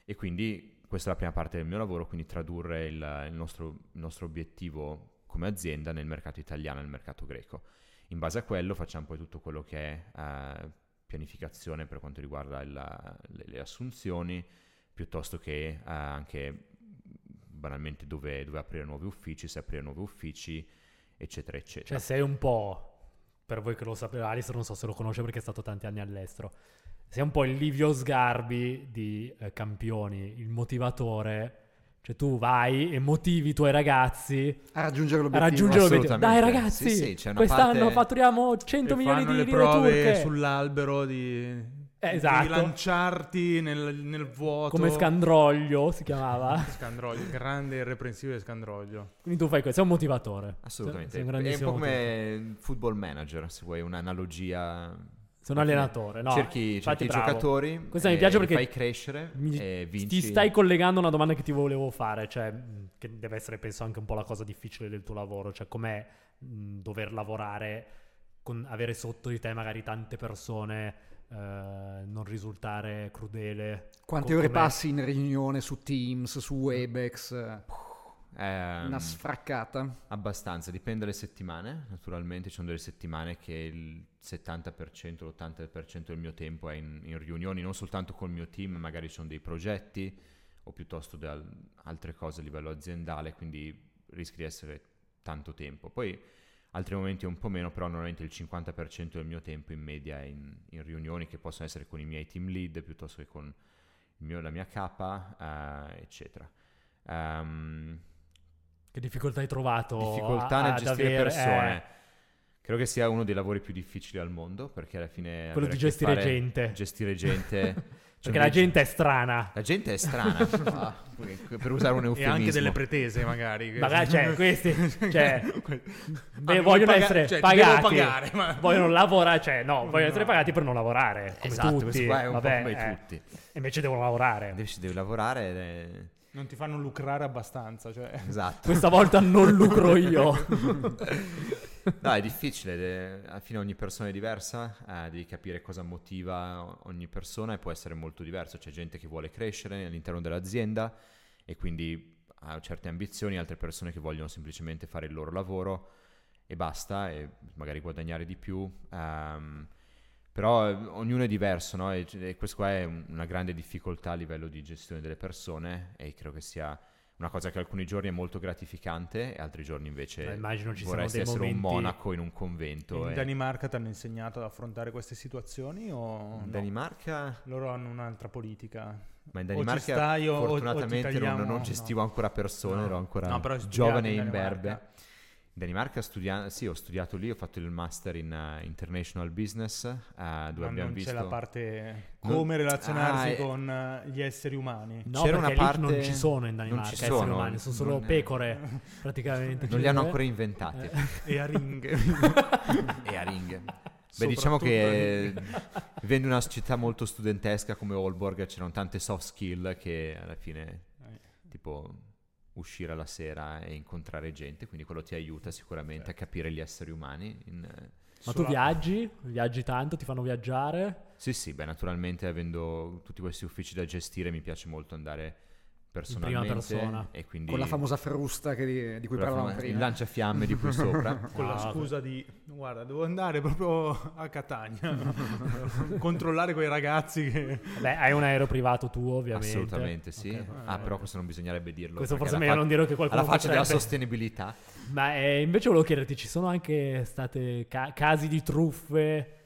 D: E quindi questa è la prima parte del mio lavoro, quindi tradurre il, il nostro, il nostro obiettivo come azienda nel mercato italiano e nel mercato greco. In base a quello facciamo poi tutto quello che è eh, pianificazione per quanto riguarda il- le, le assunzioni, piuttosto che eh, anche banalmente dove, dove aprire nuovi uffici, se aprire nuovi uffici, eccetera, eccetera.
A: Cioè sei un po', per voi che lo sapete, Alistair non so se lo conosce perché è stato tanti anni all'estero, sei un po' il Livio Sgarbi di eh, Campioni, il motivatore... Cioè tu vai e motivi i tuoi ragazzi
E: A raggiungere
A: a
E: l'obiettivo.
A: raggiungere l'obiettivo. Dai
D: assolutamente.
A: ragazzi,
D: Sì, sì, c'è una
A: quest'anno
D: parte-
A: fatturiamo 100
B: E
A: milioni
B: fanno
A: di
B: le
A: lire
B: prove
A: turche.
B: sull'albero di
A: Eh, esatto.
B: Devi lanciarti nel, nel vuoto.
A: Come Scandroglio si chiamava.
B: Scandroglio, grande e irreprensibile Scandroglio.
A: Quindi tu fai questo, sei un motivatore.
D: Assolutamente.
A: Sei un
D: è un
A: grandissimo
D: po' come football manager, se vuoi un'analogia.
A: Sei un allenatore, no? Eh,
D: cerchi
A: infatti
D: cerchi i
A: bravo.
D: giocatori,
A: Questa mi
D: e
A: piace
D: li
A: perché
D: fai crescere
A: Mi-
D: e vinci.
A: Ti stai collegando a una domanda che ti volevo fare, cioè mh, che deve essere penso anche un po' la cosa difficile del tuo lavoro, cioè com'è mh, dover lavorare con avere sotto di te magari tante persone, eh, non risultare crudele.
E: Quante
A: Co-
E: ore
A: com'è?
E: passi in riunione su Teams, su Webex? Una
D: Ehm,
E: sfraccata.
D: Abbastanza, dipende dalle settimane, naturalmente ci sono delle settimane che il 70%, l'80% del mio tempo è in, in riunioni, non soltanto col mio team, magari ci sono dei progetti o piuttosto da altre cose a livello aziendale, quindi rischi di essere tanto tempo. Poi altri momenti un po' meno, però normalmente il 50% del mio tempo in media è in, in riunioni che possono essere con i miei team lead piuttosto che con il mio- la mia capa, eh, eccetera. Ehm,
A: Che difficoltà hai trovato?
D: difficoltà
A: a-
D: nel
A: ad
D: gestire
A: avere-
D: persone.
A: eh,
D: Credo che sia uno dei lavori più difficili al mondo perché alla fine...
A: quello
D: avere a
A: di
D: che
A: gestire
D: fare-
A: gente.
D: Gestire gente. Cioè,
A: Perché la gente è strana.
D: La gente è strana, ah, per usare un
B: E
D: eufemismo.
B: anche delle pretese, magari.
A: Magari, cioè, questi, cioè, beh,
B: mi
A: vogliono
B: paga-
A: essere
B: cioè, ti devo
A: pagati,
B: pagare, ma-
A: vogliono lavorare, cioè, no, vogliono essere
B: No.
A: pagati per non lavorare, come
D: Mm. Esatto,
A: tutti,
D: questo qua è un
A: vabbè,
D: po' come
A: eh.
D: tutti.
A: E invece devono lavorare.
D: Devi, devi lavorare ed è-
B: Non ti fanno lucrare abbastanza, cioè...
D: Esatto.
A: Questa volta non lucro io.
D: No, è difficile, ed è- alla fine ogni persona è diversa, eh, devi capire cosa motiva o- ogni persona e può essere molto diverso. C'è gente che vuole crescere all'interno dell'azienda e quindi ha certe ambizioni, altre persone che vogliono semplicemente fare il loro lavoro e basta, e magari guadagnare di più. ehm, però eh, ognuno è diverso, no? E, e questa qua è un- una grande difficoltà a livello di gestione delle persone e credo che sia una cosa che alcuni giorni è molto gratificante e altri giorni invece
A: Ma immagino ci
D: vorresti
A: siano dei
D: essere
A: momenti-
D: un monaco in un convento.
A: eh.
B: In
D: e-
B: Danimarca ti hanno insegnato ad affrontare queste situazioni o
D: in
B: no?
D: Danimarca,
B: Loro hanno un'altra politica.
D: ma in
B: O ci
D: Danimarca
B: stai o- o- o ti
D: fortunatamente non-
B: tagliamo-
D: non,
B: no.
D: gestivo ancora persone,
B: No.
D: ero ancora
B: No, però hai studiato
D: giovane e
B: in
D: imberbe.
B: Danimarca.
D: In Danimarca studia- sì, ho studiato lì, ho fatto il master in eh, International Business, eh, dove
B: Ma
D: abbiamo
B: non
D: visto...
B: c'è la parte
D: Non-
B: come
D: Ah,
B: relazionarsi
D: eh.
B: con eh, gli esseri umani.
A: No, perché
D: C'era una
A: lì
D: parte-
A: non ci sono in
D: non
A: Danimarca eh,
D: ci
A: esseri
D: sono,
A: umani, sono solo
D: non-
A: pecore praticamente. Eh,
D: Non li
B: eh?
D: hanno ancora inventati.
B: E a ring.
D: e a ringhe. Beh,
B: Soprattutto
D: diciamo
B: a
D: che eh,
B: ringhe.
D: vivendo in una città molto studentesca come Aalborg c'erano tante soft skill che alla fine,
B: Eh.
D: tipo uscire la sera e incontrare gente, quindi quello ti aiuta sicuramente
B: Certo.
D: a capire gli esseri umani. in-
A: Ma tu
B: Sulla-
A: viaggi? Viaggi tanto? Ti fanno viaggiare?
D: Sì, sì, beh, naturalmente avendo tutti questi uffici da gestire mi piace molto andare personalmente
A: persona.
D: e quindi
E: Con la famosa frusta che di, di cui
D: con la
E: parlavamo
D: fama- il
E: prima.
D: lanciafiamme di qui sopra.
B: Con la
A: Ah,
B: scusa di guarda, devo andare proprio a Catania. Controllare quei ragazzi che
A: Beh, hai un aereo privato tuo, ovviamente.
D: Assolutamente sì.
A: Ok,
D: ah, però questo non bisognerebbe dirlo.
A: Questo
D: perché
A: forse è
D: alla
A: meglio
D: fa-
A: non dirlo che qualcuno
D: Alla faccia della
A: potrebbe-
D: sostenibilità.
A: Ma eh, invece volevo chiederti, ci sono anche state ca- casi di truffe?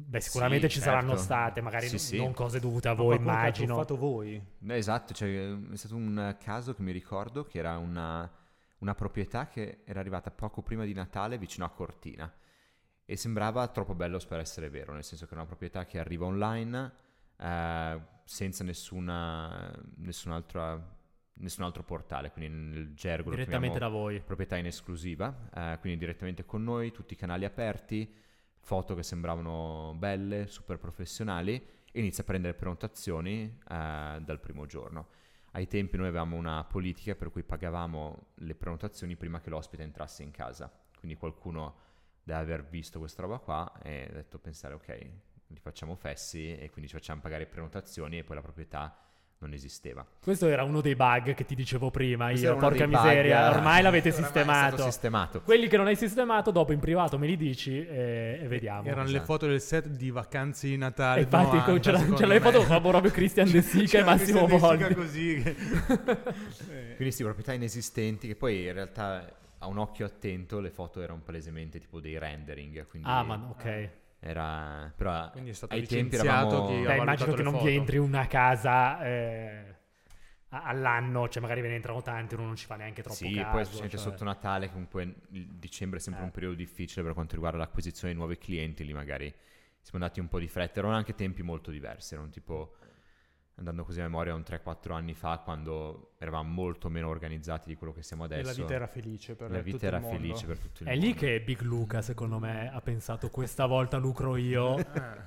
A: Beh, sicuramente
D: Sì,
A: ci
D: certo.
A: saranno state, magari
D: Sì,
A: non-
D: sì.
A: non cose dovute a
B: Ma
A: voi,
B: qualcuno che ha
A: Oh, immagino.
B: truffato voi.
D: No, Esatto, cioè, è stato un eh, caso che mi ricordo che era una, una proprietà che era arrivata poco prima di Natale vicino a Cortina e sembrava troppo bello per essere vero, nel senso che era una proprietà che arriva online eh, senza nessuna, nessun'altra, nessun altro portale, quindi nel gergo lo
A: Direttamente
D: chiamiamo
A: da voi.
D: proprietà in esclusiva, eh, quindi direttamente con noi, tutti i canali aperti, foto che sembravano belle, super professionali, e inizia a prendere prenotazioni eh, dal primo giorno. Ai tempi noi avevamo una politica per cui pagavamo le prenotazioni prima che l'ospite entrasse in casa, quindi qualcuno deve aver visto questa roba qua e ha detto pensare ok, li facciamo fessi e quindi ci facciamo pagare prenotazioni e poi la proprietà non esisteva.
A: Questo era uno dei bug che ti dicevo prima,
D: Questo
A: io,
D: era uno
A: porca
D: dei bug,
A: miseria,
D: eh.
A: ormai l'avete
D: Ormai è stato
A: sistemato.
D: sistemato.
A: Quelli che non hai sistemato, dopo in privato me li dici eh, e, e vediamo.
B: Erano le
D: Esatto.
B: foto del set di vacanze di
A: E
B: Natale.
A: Ah, infatti co-
B: 90,
A: c'era,
B: secondo
A: c'era le
B: me.
A: foto con proprio Christian De Sica e
B: C'era
A: Massimo
B: questa tessica
A: Volpi.
B: così che-
D: Quindi sì, proprietà inesistenti che poi in realtà a un occhio attento le foto erano palesemente tipo dei rendering, quindi
A: Ah, ma no, ok.
D: Eh. era però
B: Quindi è stato
D: ai tempi
B: licenziato
D: eravamo
B: chi-
A: Beh,
B: ha
A: immagino
B: valutato
A: che
B: le
A: non
B: foto.
A: vi entri una casa eh, a- all'anno, cioè magari ve ne entrano tanti, uno non ci fa neanche troppo
D: Sì,
A: caso.
D: poi specialmente
A: cioè.
D: sotto Natale, comunque il dicembre è sempre
A: Eh.
D: un periodo difficile per quanto riguarda l'acquisizione di nuovi clienti, lì magari siamo andati un po' di fretta, erano anche tempi molto diversi, erano tipo, andando così a memoria, un 3-4 anni fa quando eravamo molto meno organizzati di quello che siamo
B: E
D: adesso.
B: la vita era felice per
D: La
B: tutto
D: vita
B: il
D: era
B: mondo.
D: felice per tutto il
A: È
D: mondo.
A: lì che Big Luca, secondo me, ha pensato questa volta lucro io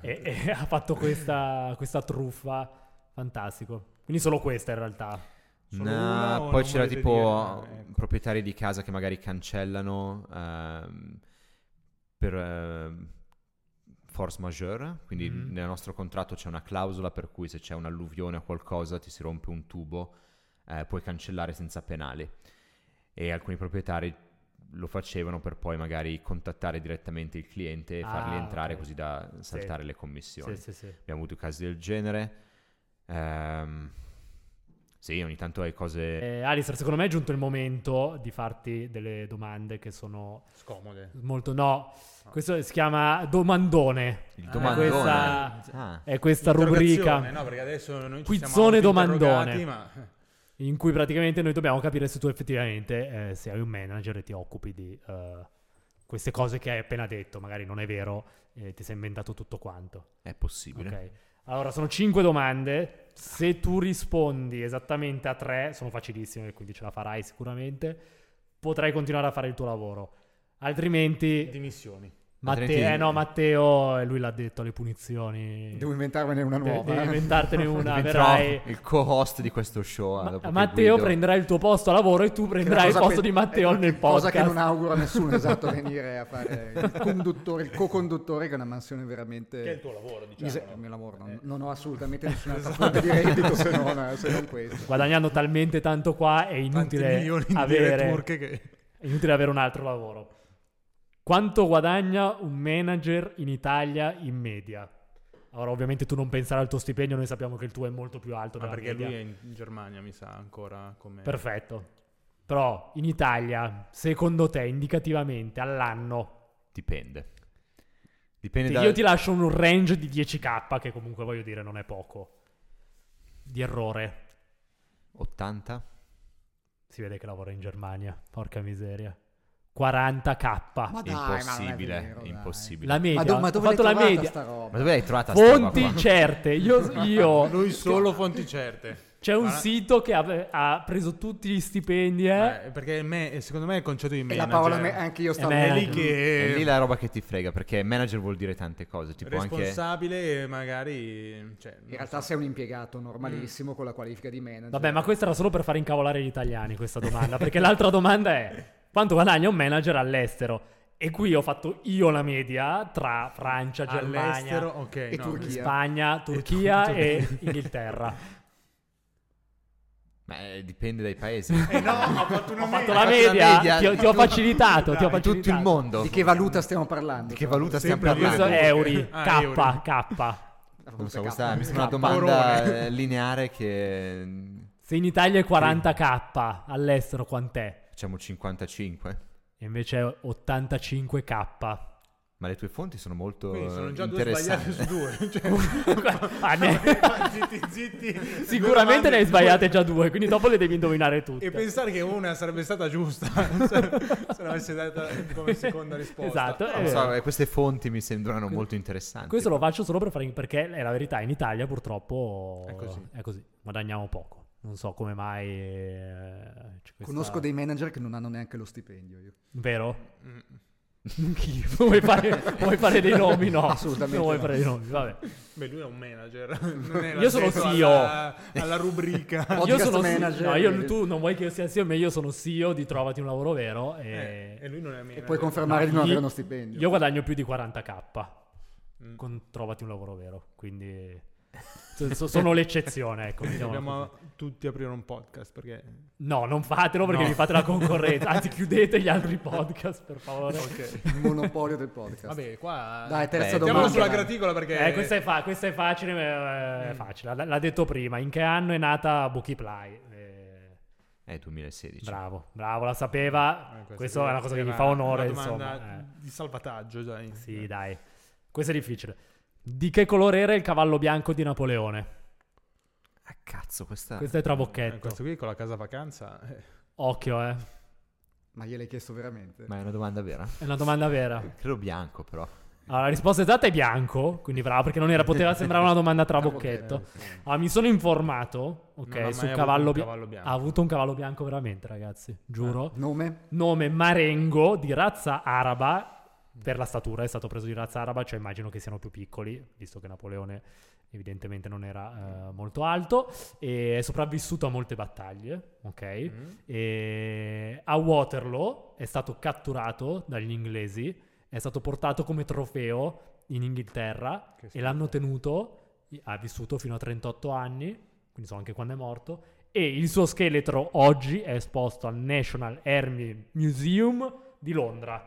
B: Eh,
A: e, e ha fatto questa, questa truffa. Fantastico. Quindi solo questa in realtà.
B: Solo
D: No,
B: una o
D: poi
B: non
D: c'era
B: volete
D: tipo
A: eh,
B: dire? Ah, ecco.
D: proprietari di casa che magari cancellano ehm, per ehm, force majeure, quindi
A: Mhm.
D: nel nostro contratto c'è una clausola per cui se c'è un'alluvione o qualcosa ti si rompe un tubo, eh, puoi cancellare senza penali. E alcuni proprietari lo facevano per poi magari contattare direttamente il cliente e
A: Ah,
D: farli entrare
A: ok.
D: così da
A: Sì.
D: saltare le
A: Sì,
D: commissioni
A: sì, sì.
D: abbiamo avuto casi del genere. Ehm, sì, ogni tanto hai cose.
A: Eh, Alistair, secondo me è giunto il momento di farti delle domande che sono
B: Scomode.
A: molto... No, questo si chiama domandone.
D: Ah. Il
B: Ah,
D: domandone.
A: eh, questa-
D: Ah,
A: È questa rubrica.
B: Interrogazione, No, perché adesso noi ci siamo
A: Quizzone
B: autointerrogati,
A: domandone.
B: Ma...
A: in cui praticamente noi dobbiamo capire se tu effettivamente eh, sei un manager e ti occupi di eh, queste cose che hai appena detto, magari non è vero, eh, ti sei inventato tutto quanto.
D: è possibile.
A: Ok. Allora, sono cinque domande. Se tu rispondi esattamente a tre, sono facilissime, quindi ce la farai sicuramente. Potrai continuare a fare il tuo lavoro. Altrimenti,
B: Dimissioni.
A: Matteo,
D: Altrimenti-
A: eh no, Matteo, eh, lui l'ha detto, le punizioni.
E: Devo inventarmene una
A: De-
E: nuova.
A: devi inventartene una,
D: Diventerò
A: avrai...
D: il co-host di questo show. eh,
A: Ma-
D: dopo che
A: Matteo
D: Guido-
A: prenderà il tuo posto a lavoro e tu
E: Che è una
A: prenderai il
E: cosa
A: posto
E: pe-
A: di Matteo
E: è-
A: nel
E: Cosa che
A: podcast.
E: non auguro a nessuno, esatto, venire a fare il conduttore, il co-conduttore, che è una mansione veramente...
B: Che è il tuo lavoro, diciamo.
E: Mise- il mio lavoro, non, non ho assolutamente nessun'altra fonte di reddito se non, se non questo.
A: Guadagnando talmente tanto qua è
B: Tanti
A: inutile
B: milioni di lire
A: avere,
B: turche che...
A: è inutile avere un altro lavoro. Quanto guadagna un manager in Italia in media? Allora, ovviamente tu non penserai al tuo stipendio, noi sappiamo che il tuo è molto più alto
B: Ma
A: della
B: perché
A: media.
B: lui è in in Germania, mi sa, ancora come...
A: Perfetto. Però in Italia, secondo te, indicativamente all'anno,
D: Dipende. Dipende
A: Sì,
D: da.
A: io ti lascio un range di 10k, che comunque voglio dire non è poco. Di errore.
D: 80?
A: Si vede che lavora in Germania, porca miseria. 40k.
E: Ma dai, ma non è
D: impossibile.
E: vero, dai.
D: impossibile.
A: La media.
E: Ma, do- ma
A: ho
E: dove l'hai
A: fatto la
E: trovata
A: media.
E: sta roba?
D: Ma dove l'hai trovata sta roba
A: Fonti cioè-
D: qua?
A: certe. Io, io-
B: Lui solo fonti certe.
A: c'è un
B: Ma-
A: sito che ha, ha preso tutti gli stipendi. eh.
B: Eh, perché me- secondo me è il concetto di
E: E
B: manager.
E: la Paola, me- anche io stavo...
A: Eh,
B: È lì
A: manager.
B: che...
D: È lì la roba che ti frega, perché manager vuol dire tante cose. Tipo anche.
B: responsabile e magari... Cioè,
E: In realtà sei un impiegato normalissimo con la qualifica di manager.
A: Vabbè, ma questa era solo per far incavolare gli italiani questa domanda, perché l'altra domanda è quanto guadagna un manager all'estero? E qui ho fatto io la media tra Francia, Germania,
B: all'estero, ok.
E: E
B: no.
E: Turchia.
A: Spagna, Turchia e Inghilterra.
D: Ma eh, dipende dai paesi.
B: Eh no, ho fatto una
A: Ho fatto la
B: media.
D: fatto Eh, la
A: media,
D: media.
A: ti ho, ti ho facilitato, ti ho
B: Dai,
A: facilitato.
D: Tutto il mondo.
E: Di che valuta stiamo parlando? Cioè,
D: Di che valuta stiamo
B: Sempre lì.
D: parlando?
A: Questo è Euri,
B: Ah,
A: K,
B: euro.
A: K.
D: Non so,
E: K.
D: questa mi sembra una
E: K.
D: domanda eh, lineare che mm,
A: Se in Italia è 40k, all'estero quant'è?
D: facciamo 55.
A: E invece è 85k.
D: Ma le tue fonti sono molto
B: Quindi sono già
D: eh,
B: due sbagliate
D: interessanti.
B: su due. Cioè,
A: Ah, ne-
B: zitti, zitti.
A: Sicuramente ne hai
B: Due domande,
A: sbagliate già due, quindi dopo le devi indovinare tutte.
B: E pensare che una sarebbe stata giusta se se l'avessi data come seconda risposta.
A: Esatto, è
D: Non
A: vero.
D: so, eh, queste fonti mi sembrano molto interessanti.
A: Questo lo faccio solo per fare perché è la verità, in Italia purtroppo
B: È così.
A: guadagniamo poco. Non so come mai eh, c'è questa-
E: Conosco dei manager che non hanno neanche lo stipendio. Io.
A: Vero?
B: Mm.
A: vuoi, fare, vuoi fare dei nomi? No,
E: Assolutamente
A: Non vuoi
E: no.
A: fare dei nomi, vabbè.
B: Beh, lui è un manager. non è
A: Io sono
B: l'addetto
A: CEO.
B: Alla, alla rubrica.
A: Ah, Io
E: Podcast
A: sono
E: manager.
A: no, io- tu non vuoi che io sia CEO, ma io sono CEO di Trovati un lavoro vero e...
B: Eh, e lui non è manager.
E: E puoi confermare di non
A: Io-
E: avere uno stipendio.
A: Io guadagno più di 40k.
B: Mm.
A: Con trovati un lavoro vero. Quindi so- so- sono l'eccezione, ecco. diciamo
B: Dobbiamo
A: così.
B: tutti aprire un podcast perché...
A: No, non fatelo perché
B: No.
A: vi fate la concorrenza. Anzi, chiudete gli altri podcast, per favore.
E: Il monopolio del podcast.
B: Vabbè, qua...
E: Dai, terza
D: Beh,
B: Andiamo
E: domanda.
B: sulla graticola perché...
A: Eh, questa, è fa- questa è facile, ma, eh,
B: Mm.
A: è facile. L- L'ha detto prima. In che anno è nata Buki Ply? Eh,
D: È 2016.
A: bravo, bravo, la sapeva.
B: Eh,
A: Questa è una cosa che
B: era
A: mi fa onore,
B: una domanda
A: insomma. Eh.
B: di salvataggio, dai.
A: Sì, dai. Questo è difficile. Di che colore era il cavallo bianco di Napoleone?
D: Ah, cazzo, questa...
A: Questo è
B: Eh,
A: trabocchetto.
B: questo qui con la casa vacanza... eh.
A: Occhio, eh.
E: Ma gliel'hai chiesto veramente?
D: Ma è una domanda vera?
A: È una domanda vera.
D: Credo bianco, però.
A: Allora, la risposta esatta è bianco, quindi bravo, perché non era, poteva sembrare una domanda
B: Eh,
A: trabocchetto.
B: sì.
A: Ah, mi sono informato, ok,
B: Non ha mai
A: sul
B: avuto
A: cavallo,
B: un
A: bia-
B: cavallo bianco.
A: Ha avuto un cavallo bianco veramente, ragazzi, giuro.
E: Nome?
A: Nome Marengo, di razza araba, per la statura è stato preso di razza araba, cioè immagino che siano più piccoli, visto che Napoleone evidentemente non era eh, molto alto, e è sopravvissuto a molte battaglie, ok?
B: Mm.
A: E a Waterloo è stato catturato dagli inglesi, è stato portato come trofeo in Inghilterra
B: Che
A: e
B: schifo.
A: l'hanno tenuto, ha vissuto fino a 38 anni, quindi so anche quando è morto, e il suo scheletro oggi è esposto al National Army Museum di Londra.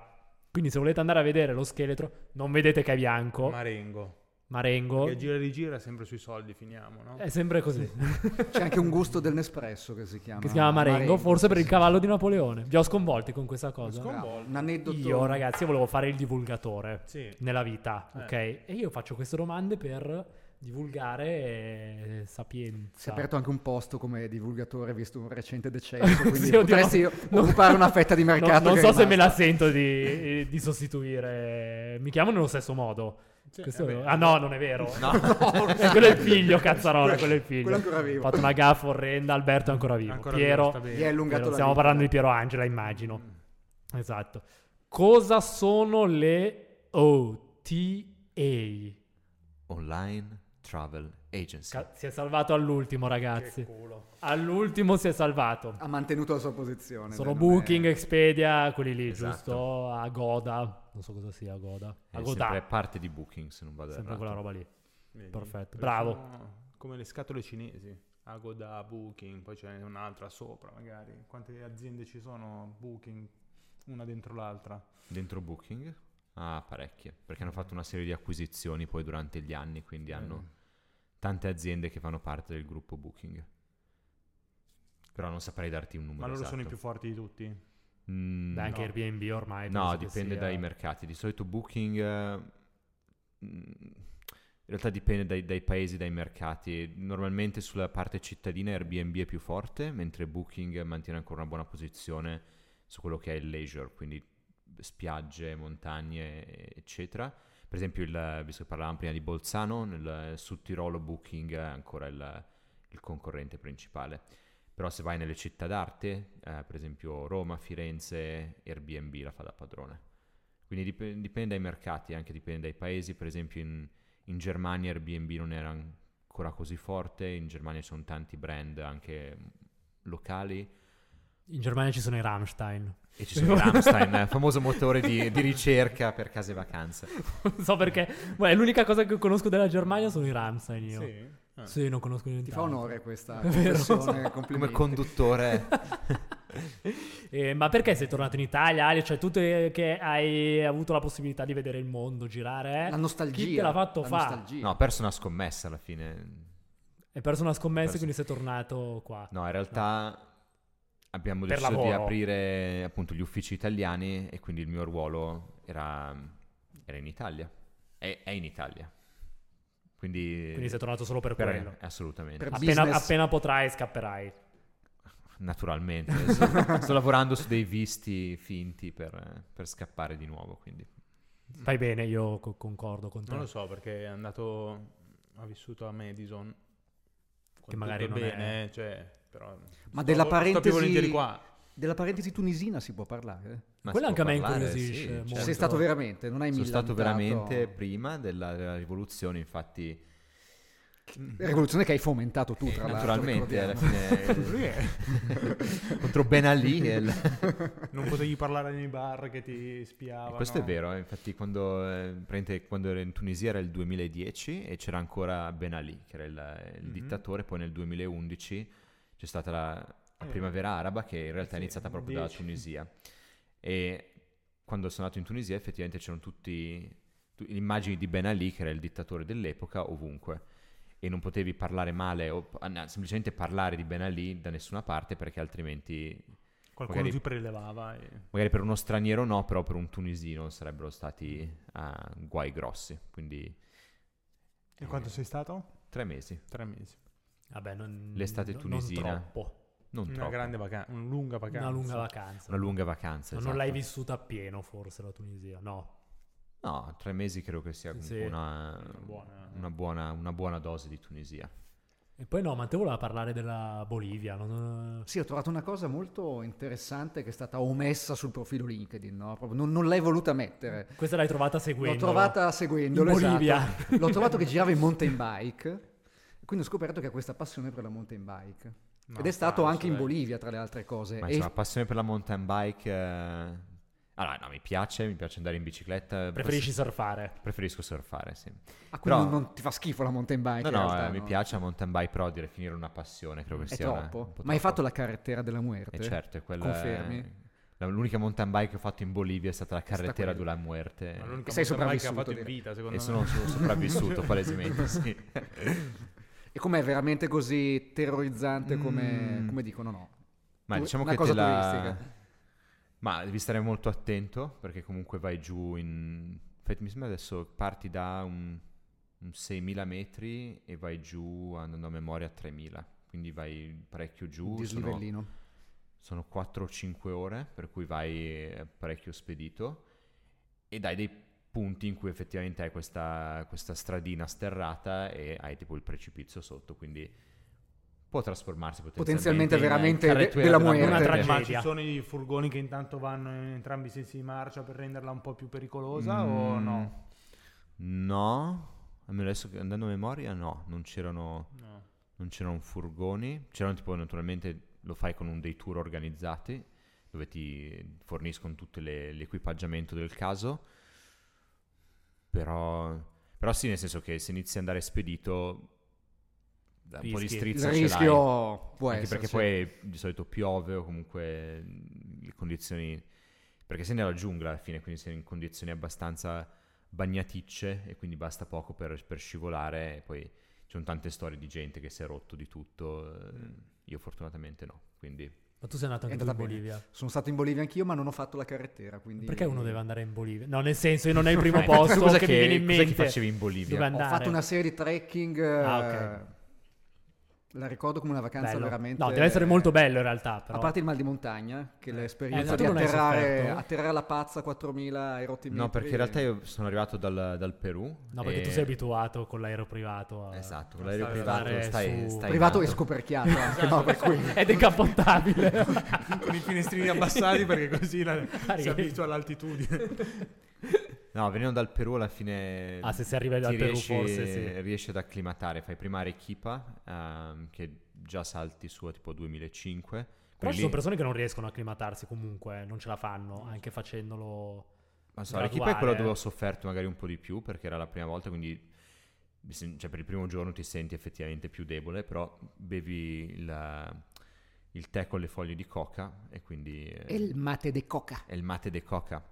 A: Quindi se volete andare a vedere lo scheletro, non vedete che è bianco,
B: Marengo.
A: marengo,
B: Che gira e rigira sempre sui soldi, finiamo, no?
A: è sempre così.
E: C'è anche un gusto del Nespresso che si chiama.
A: che si chiama Marengo, forse per il cavallo di Napoleone. Vi ho sconvolti con questa cosa.
B: Scon-
E: Bravo, Un aneddoto.
A: Io, ragazzi, io volevo fare il divulgatore
B: Sì.
A: nella vita,
B: Eh.
A: ok? E io faccio queste domande per divulgare eh, sapienza.
E: Si è aperto anche un posto come divulgatore visto un recente decesso, quindi
A: Sì, oddio,
E: potresti
A: no.
E: occupare una fetta di
A: Non-
E: mercato.
A: non
E: che è
A: so se
E: rimasta.
A: me la sento di, di sostituire. Mi chiamo nello stesso modo.
E: Cioè,
B: Sì,
A: Questo-
B: vabbè.
A: ah, no, non è vero. quello è il figlio, cazzarola. Quello è il figlio.
E: Quello è ancora vivo.
A: Ho fatto una gaffa orrenda. Alberto è ancora vivo.
B: Ancora
A: Piero,
B: vivo, sta bene. Mm,
E: Gli è allungato
A: Piero-
E: la
A: stiamo
E: vita.
A: parlando di Piero Angela, immagino. Esatto. Cosa sono le OTA?
D: Online Travel Agency.
A: Ca- si è salvato all'ultimo,
B: Che
A: ragazzi.
B: culo.
A: All'ultimo si è salvato.
E: Ha mantenuto la sua posizione.
A: Sono
E: dai, non è-
A: Booking, Expedia, quelli lì,
D: Esatto.
A: giusto? Agoda. Non so cosa sia Agoda.
D: è
A: Agoda.
D: sempre esatto. parte di Booking, se non vado
A: Sempre
D: errato.
A: quella roba lì.
B: Vedi?
A: Perfetto,
B: Perché
A: bravo.
B: sono Come le scatole cinesi. Agoda, Booking, poi ce n'è un'altra sopra magari. Quante aziende ci sono? Booking, una dentro l'altra.
D: Dentro Booking? Ah, parecchie. Perché hanno fatto una serie di acquisizioni poi durante gli anni,
B: Eh.
D: quindi hanno tante aziende che fanno parte del gruppo Booking. Però non saprei darti un numero
B: Ma loro
D: esatto.
B: sono i più forti di tutti?
D: Mm,
A: Beh, anche
B: no.
A: Airbnb ormai.
D: No,
A: penso che
D: dipende
A: sia-
D: dai mercati. Di solito Booking... eh, mm, in realtà dipende dai, dai paesi, dai mercati. Normalmente sulla parte cittadina Airbnb è più forte, mentre Booking mantiene ancora una buona posizione su quello che è il leisure, quindi spiagge, montagne, e- eccetera. Per esempio, il, visto che parlavamo prima di Bolzano, nel Sud Tirolo Booking è ancora il, il concorrente principale. Però se vai nelle città d'arte, eh, per esempio Roma, Firenze, Airbnb la fa da padrone. Quindi dip- dipende dai mercati, anche dipende dai paesi. Per esempio in, in Germania Airbnb non era ancora così forte, in Germania ci sono tanti brand anche locali.
A: In Germania ci sono i Rammstein.
D: E ci sono Ramstein, eh, famoso motore di, di ricerca per case vacanze.
A: non so perché. Beh, l'unica cosa che conosco della Germania sono i Rammstein io. Sì,
B: Sì. Ah.
A: non conosco niente.
E: Ti fa onore questa
A: È vero.
E: professione,
D: Come
E: complimenti.
D: conduttore
A: Eh, ma perché sei tornato in Italia, Ale? Cioè, tu te- che hai avuto la possibilità di vedere il mondo, girare. eh?
E: La nostalgia.
A: Chi te l'ha fatto
E: la
A: fare?
E: nostalgia.
D: No, ho perso una scommessa alla fine.
A: Hai perso una scommessa,
D: Perso.
A: quindi sei tornato qua.
D: No, in realtà abbiamo
A: Per
D: deciso di
A: lavoro.
D: aprire appunto gli uffici italiani e quindi il mio ruolo era, era in Italia. È, è in Italia. Quindi,
A: Quindi sei tornato solo per,
D: per-
A: quello.
D: Assolutamente.
E: Per-
A: Appena,
E: business.
A: appena potrai, scapperai.
D: Naturalmente. sto, sto lavorando su dei visti finti per, per scappare di nuovo. Quindi.
A: Fai bene, io co- concordo con te.
B: Non lo so perché è andato, ha vissuto a Madison. Con
A: Che magari
B: tutto
A: non
B: bene, eh, cioè, però
E: Ma della
B: sto
E: parentesi-
B: più volentieri qua.
E: Della parentesi tunisina si può parlare?
D: Ma
A: Quello
D: si
A: anche
D: può
A: a me
D: parlare,
A: incuriosisce
D: sì,
A: molto.
D: certo.
E: Sei stato veramente, non hai
D: Sono stato
E: millantato.
D: veramente prima della, della rivoluzione, infatti,
E: Rivoluzione che hai fomentato tu, tra l'altro.
D: naturalmente, alla
E: ricordiamo.
D: fine contro Ben Ali. e il-
B: Non potevi parlare nei bar che ti spiavano.
D: Questo è vero, eh, infatti quando, eh, praticamente quando ero in Tunisia era il 2010 e c'era ancora Ben Ali, che era il, il
B: Mhm.
D: dittatore, poi nel 2011 c'è stata la, la
B: Eh.
D: primavera araba che in realtà è
B: Sì,
D: iniziata proprio dalla
B: 10.
D: Tunisia. E quando sono andato in Tunisia effettivamente c'erano tutti tu- immagini di Ben Ali, che era il dittatore dell'epoca, ovunque. E non potevi parlare male o ah, no, semplicemente parlare di Ben Ali da nessuna parte perché altrimenti
B: Qualcuno
D: Magari-
B: ti prelevava. e-
D: magari per uno straniero no, però per un tunisino sarebbero stati ah, guai grossi. Quindi
B: E quanto sei stato?
D: tre mesi,
B: Tre mesi.
A: Vabbè, non,
D: L'estate
A: non-
D: tunisina.
A: Non troppo.
D: non
B: una
D: troppo.
B: grande vacanza, una lunga vacanza.
A: Una lunga vacanza.
D: Una lunga vacanza.
A: Ma Non l'hai
D: esatto.
A: vissuta appieno, forse, la Tunisia. No.
D: No, tre mesi credo che sia comunque
A: Sì,
D: una,
B: una buona- eh.
D: una buona- una buona dose di Tunisia.
A: E poi no, Matteo voleva parlare della Bolivia. non-
E: Sì, ho trovato una cosa molto interessante che è stata omessa sul profilo LinkedIn, no? Proprio non, non l'hai voluta mettere.
A: Questa l'hai trovata seguendo.
E: L'ho trovata seguendolo,
A: In Bolivia.
E: esatto. L'ho trovato che girava in mountain bike, quindi ho scoperto che ha questa passione per la mountain bike.
B: Ma
E: Ed è stato
B: falso,
E: anche in
A: eh.
B: dai.
E: Bolivia, tra le altre cose.
D: Ma
E: Eh, E-
D: insomma, passione per la mountain bike. eh, Allora, no, mi piace, mi piace andare in bicicletta.
A: Preferisci
D: Pres-
A: surfare.
D: Preferisco surfare, sì.
E: ah, quindi
D: però-
E: non, non ti fa schifo la mountain bike?
D: No,
E: in
D: no,
E: realtà,
D: eh, mi
E: no?
D: piace la mountain bike, però dire finire una passione credo che
E: È
D: sia. eh,
E: troppo. Ma hai fatto la carretera della muerte?
D: E certo, è quella.
E: Confermi?
D: la- L'unica mountain bike che ho fatto in Bolivia è stata la
E: stata
D: carretera
E: quella.
D: della muerte.
B: Ma l'unica
E: E sei
B: mountain bike che ha
E: sopravvissuto,
B: fatto in
E: direi.
B: vita, secondo
D: E sono,
B: me.
D: sono sopravvissuto palesemente, sì.
E: E com'è veramente così terrorizzante come,
D: Mm.
E: come dicono no?
D: Ma
E: Tu-
D: diciamo
E: una
D: che
E: cosa
D: te la...
E: turistica.
D: Ma devi stare molto attento perché comunque vai giù in... Infatti mi sembra adesso parti da un, un 6.000 metri e vai giù andando a memoria a 3.000, quindi vai parecchio giù. Uh, Sono,
E: Disnivellino.
D: sono 4 o 5 ore, per cui vai eh, parecchio spedito e dai dei punti in cui effettivamente hai questa, questa stradina sterrata e hai tipo il precipizio sotto, quindi può trasformarsi
E: Potenzialmente
D: potenzialmente, in- in
E: veramente de-
D: carretera
E: della
D: della
E: muerte.
A: Una
D: muerte.
A: tragedia.
B: Ma ci sono i furgoni che intanto vanno in entrambi i sensi di marcia per renderla un po' più pericolosa o
D: Mm,
B: no?
D: No, almeno adesso che- andando a memoria, no, non c'erano,
B: No.
D: non c'erano furgoni, c'erano tipo naturalmente lo fai con un dei tour organizzati dove ti forniscono tutto le- l'equipaggiamento del caso, però, però sì, nel senso che se inizi ad andare spedito, da un po' di
A: Rischi.
E: Il
D: strizza ce l'hai.
E: rischio può
D: Anche
E: essere.
D: perché poi di solito piove o comunque mh, le condizioni... Perché sei nella giungla alla fine, quindi sei in condizioni abbastanza bagnaticce e quindi basta poco per, per scivolare e poi ci sono tante storie di gente che si è rotto di tutto. eh, Io fortunatamente no, quindi...
A: Ma tu sei andato
E: È
A: anche tu in
E: andata bene.
A: Bolivia.
E: Sono stato in Bolivia anch'io, ma non ho fatto la carretera. Quindi...
A: Perché uno deve andare in Bolivia? No, nel senso, io non è il
E: Cioè,
A: primo
D: Eh, infatti,
A: posto
D: tu cosa
A: che, mi viene in
D: cosa che
A: mente.
D: facevi in Bolivia?
A: Dove
E: Ho
A: andare?
E: fatto una serie di trekking.
A: Ah,
E: eh,
A: ok.
E: La ricordo come una vacanza
A: Bello.
E: veramente.
A: No, deve essere molto bello in realtà, però.
E: A parte il mal di montagna, che
B: Eh.
E: l'esperienza
A: Eh,
E: di
A: tu non hai
E: atterrare,
A: sofferto?
E: atterrare la pazza a 4000 e rotti
D: No,
E: metri-
D: perché in realtà io sono arrivato dal, dal Perù.
A: No, perché
D: e-
A: tu sei abituato con l'aereo privato. a-
D: Esatto, con
B: a
D: l'aereo
B: stare-
D: privato
A: stare
D: stai,
A: su-
D: stai in
E: Privato e
D: alto.
E: scoperchiato anche, no, per cui-
A: È decappottabile.
B: Con i finestrini abbassati perché così la, si abitua all'altitudine.
D: No, venendo dal Perù alla fine...
A: Ah, se si arriva
D: ti
A: dal Perù,
D: riesci-
A: forse sì.
D: riesci ad acclimatare, fai prima Arequipa, ehm, che già salti su a tipo 2005.
A: Però
D: quindi
A: ci sono
D: lì-
A: persone che non riescono a acclimatarsi comunque, eh, non ce la fanno, anche facendolo...
D: non so, Arequipa è
A: graduale,
D: quello
A: eh.
D: dove ho sofferto magari un po' di più, perché era la prima volta, quindi mi sen- cioè, per il primo giorno ti senti effettivamente più debole, però bevi il, il tè con le foglie di coca e quindi... eh,
E: El mate de coca.
D: è il mate de coca.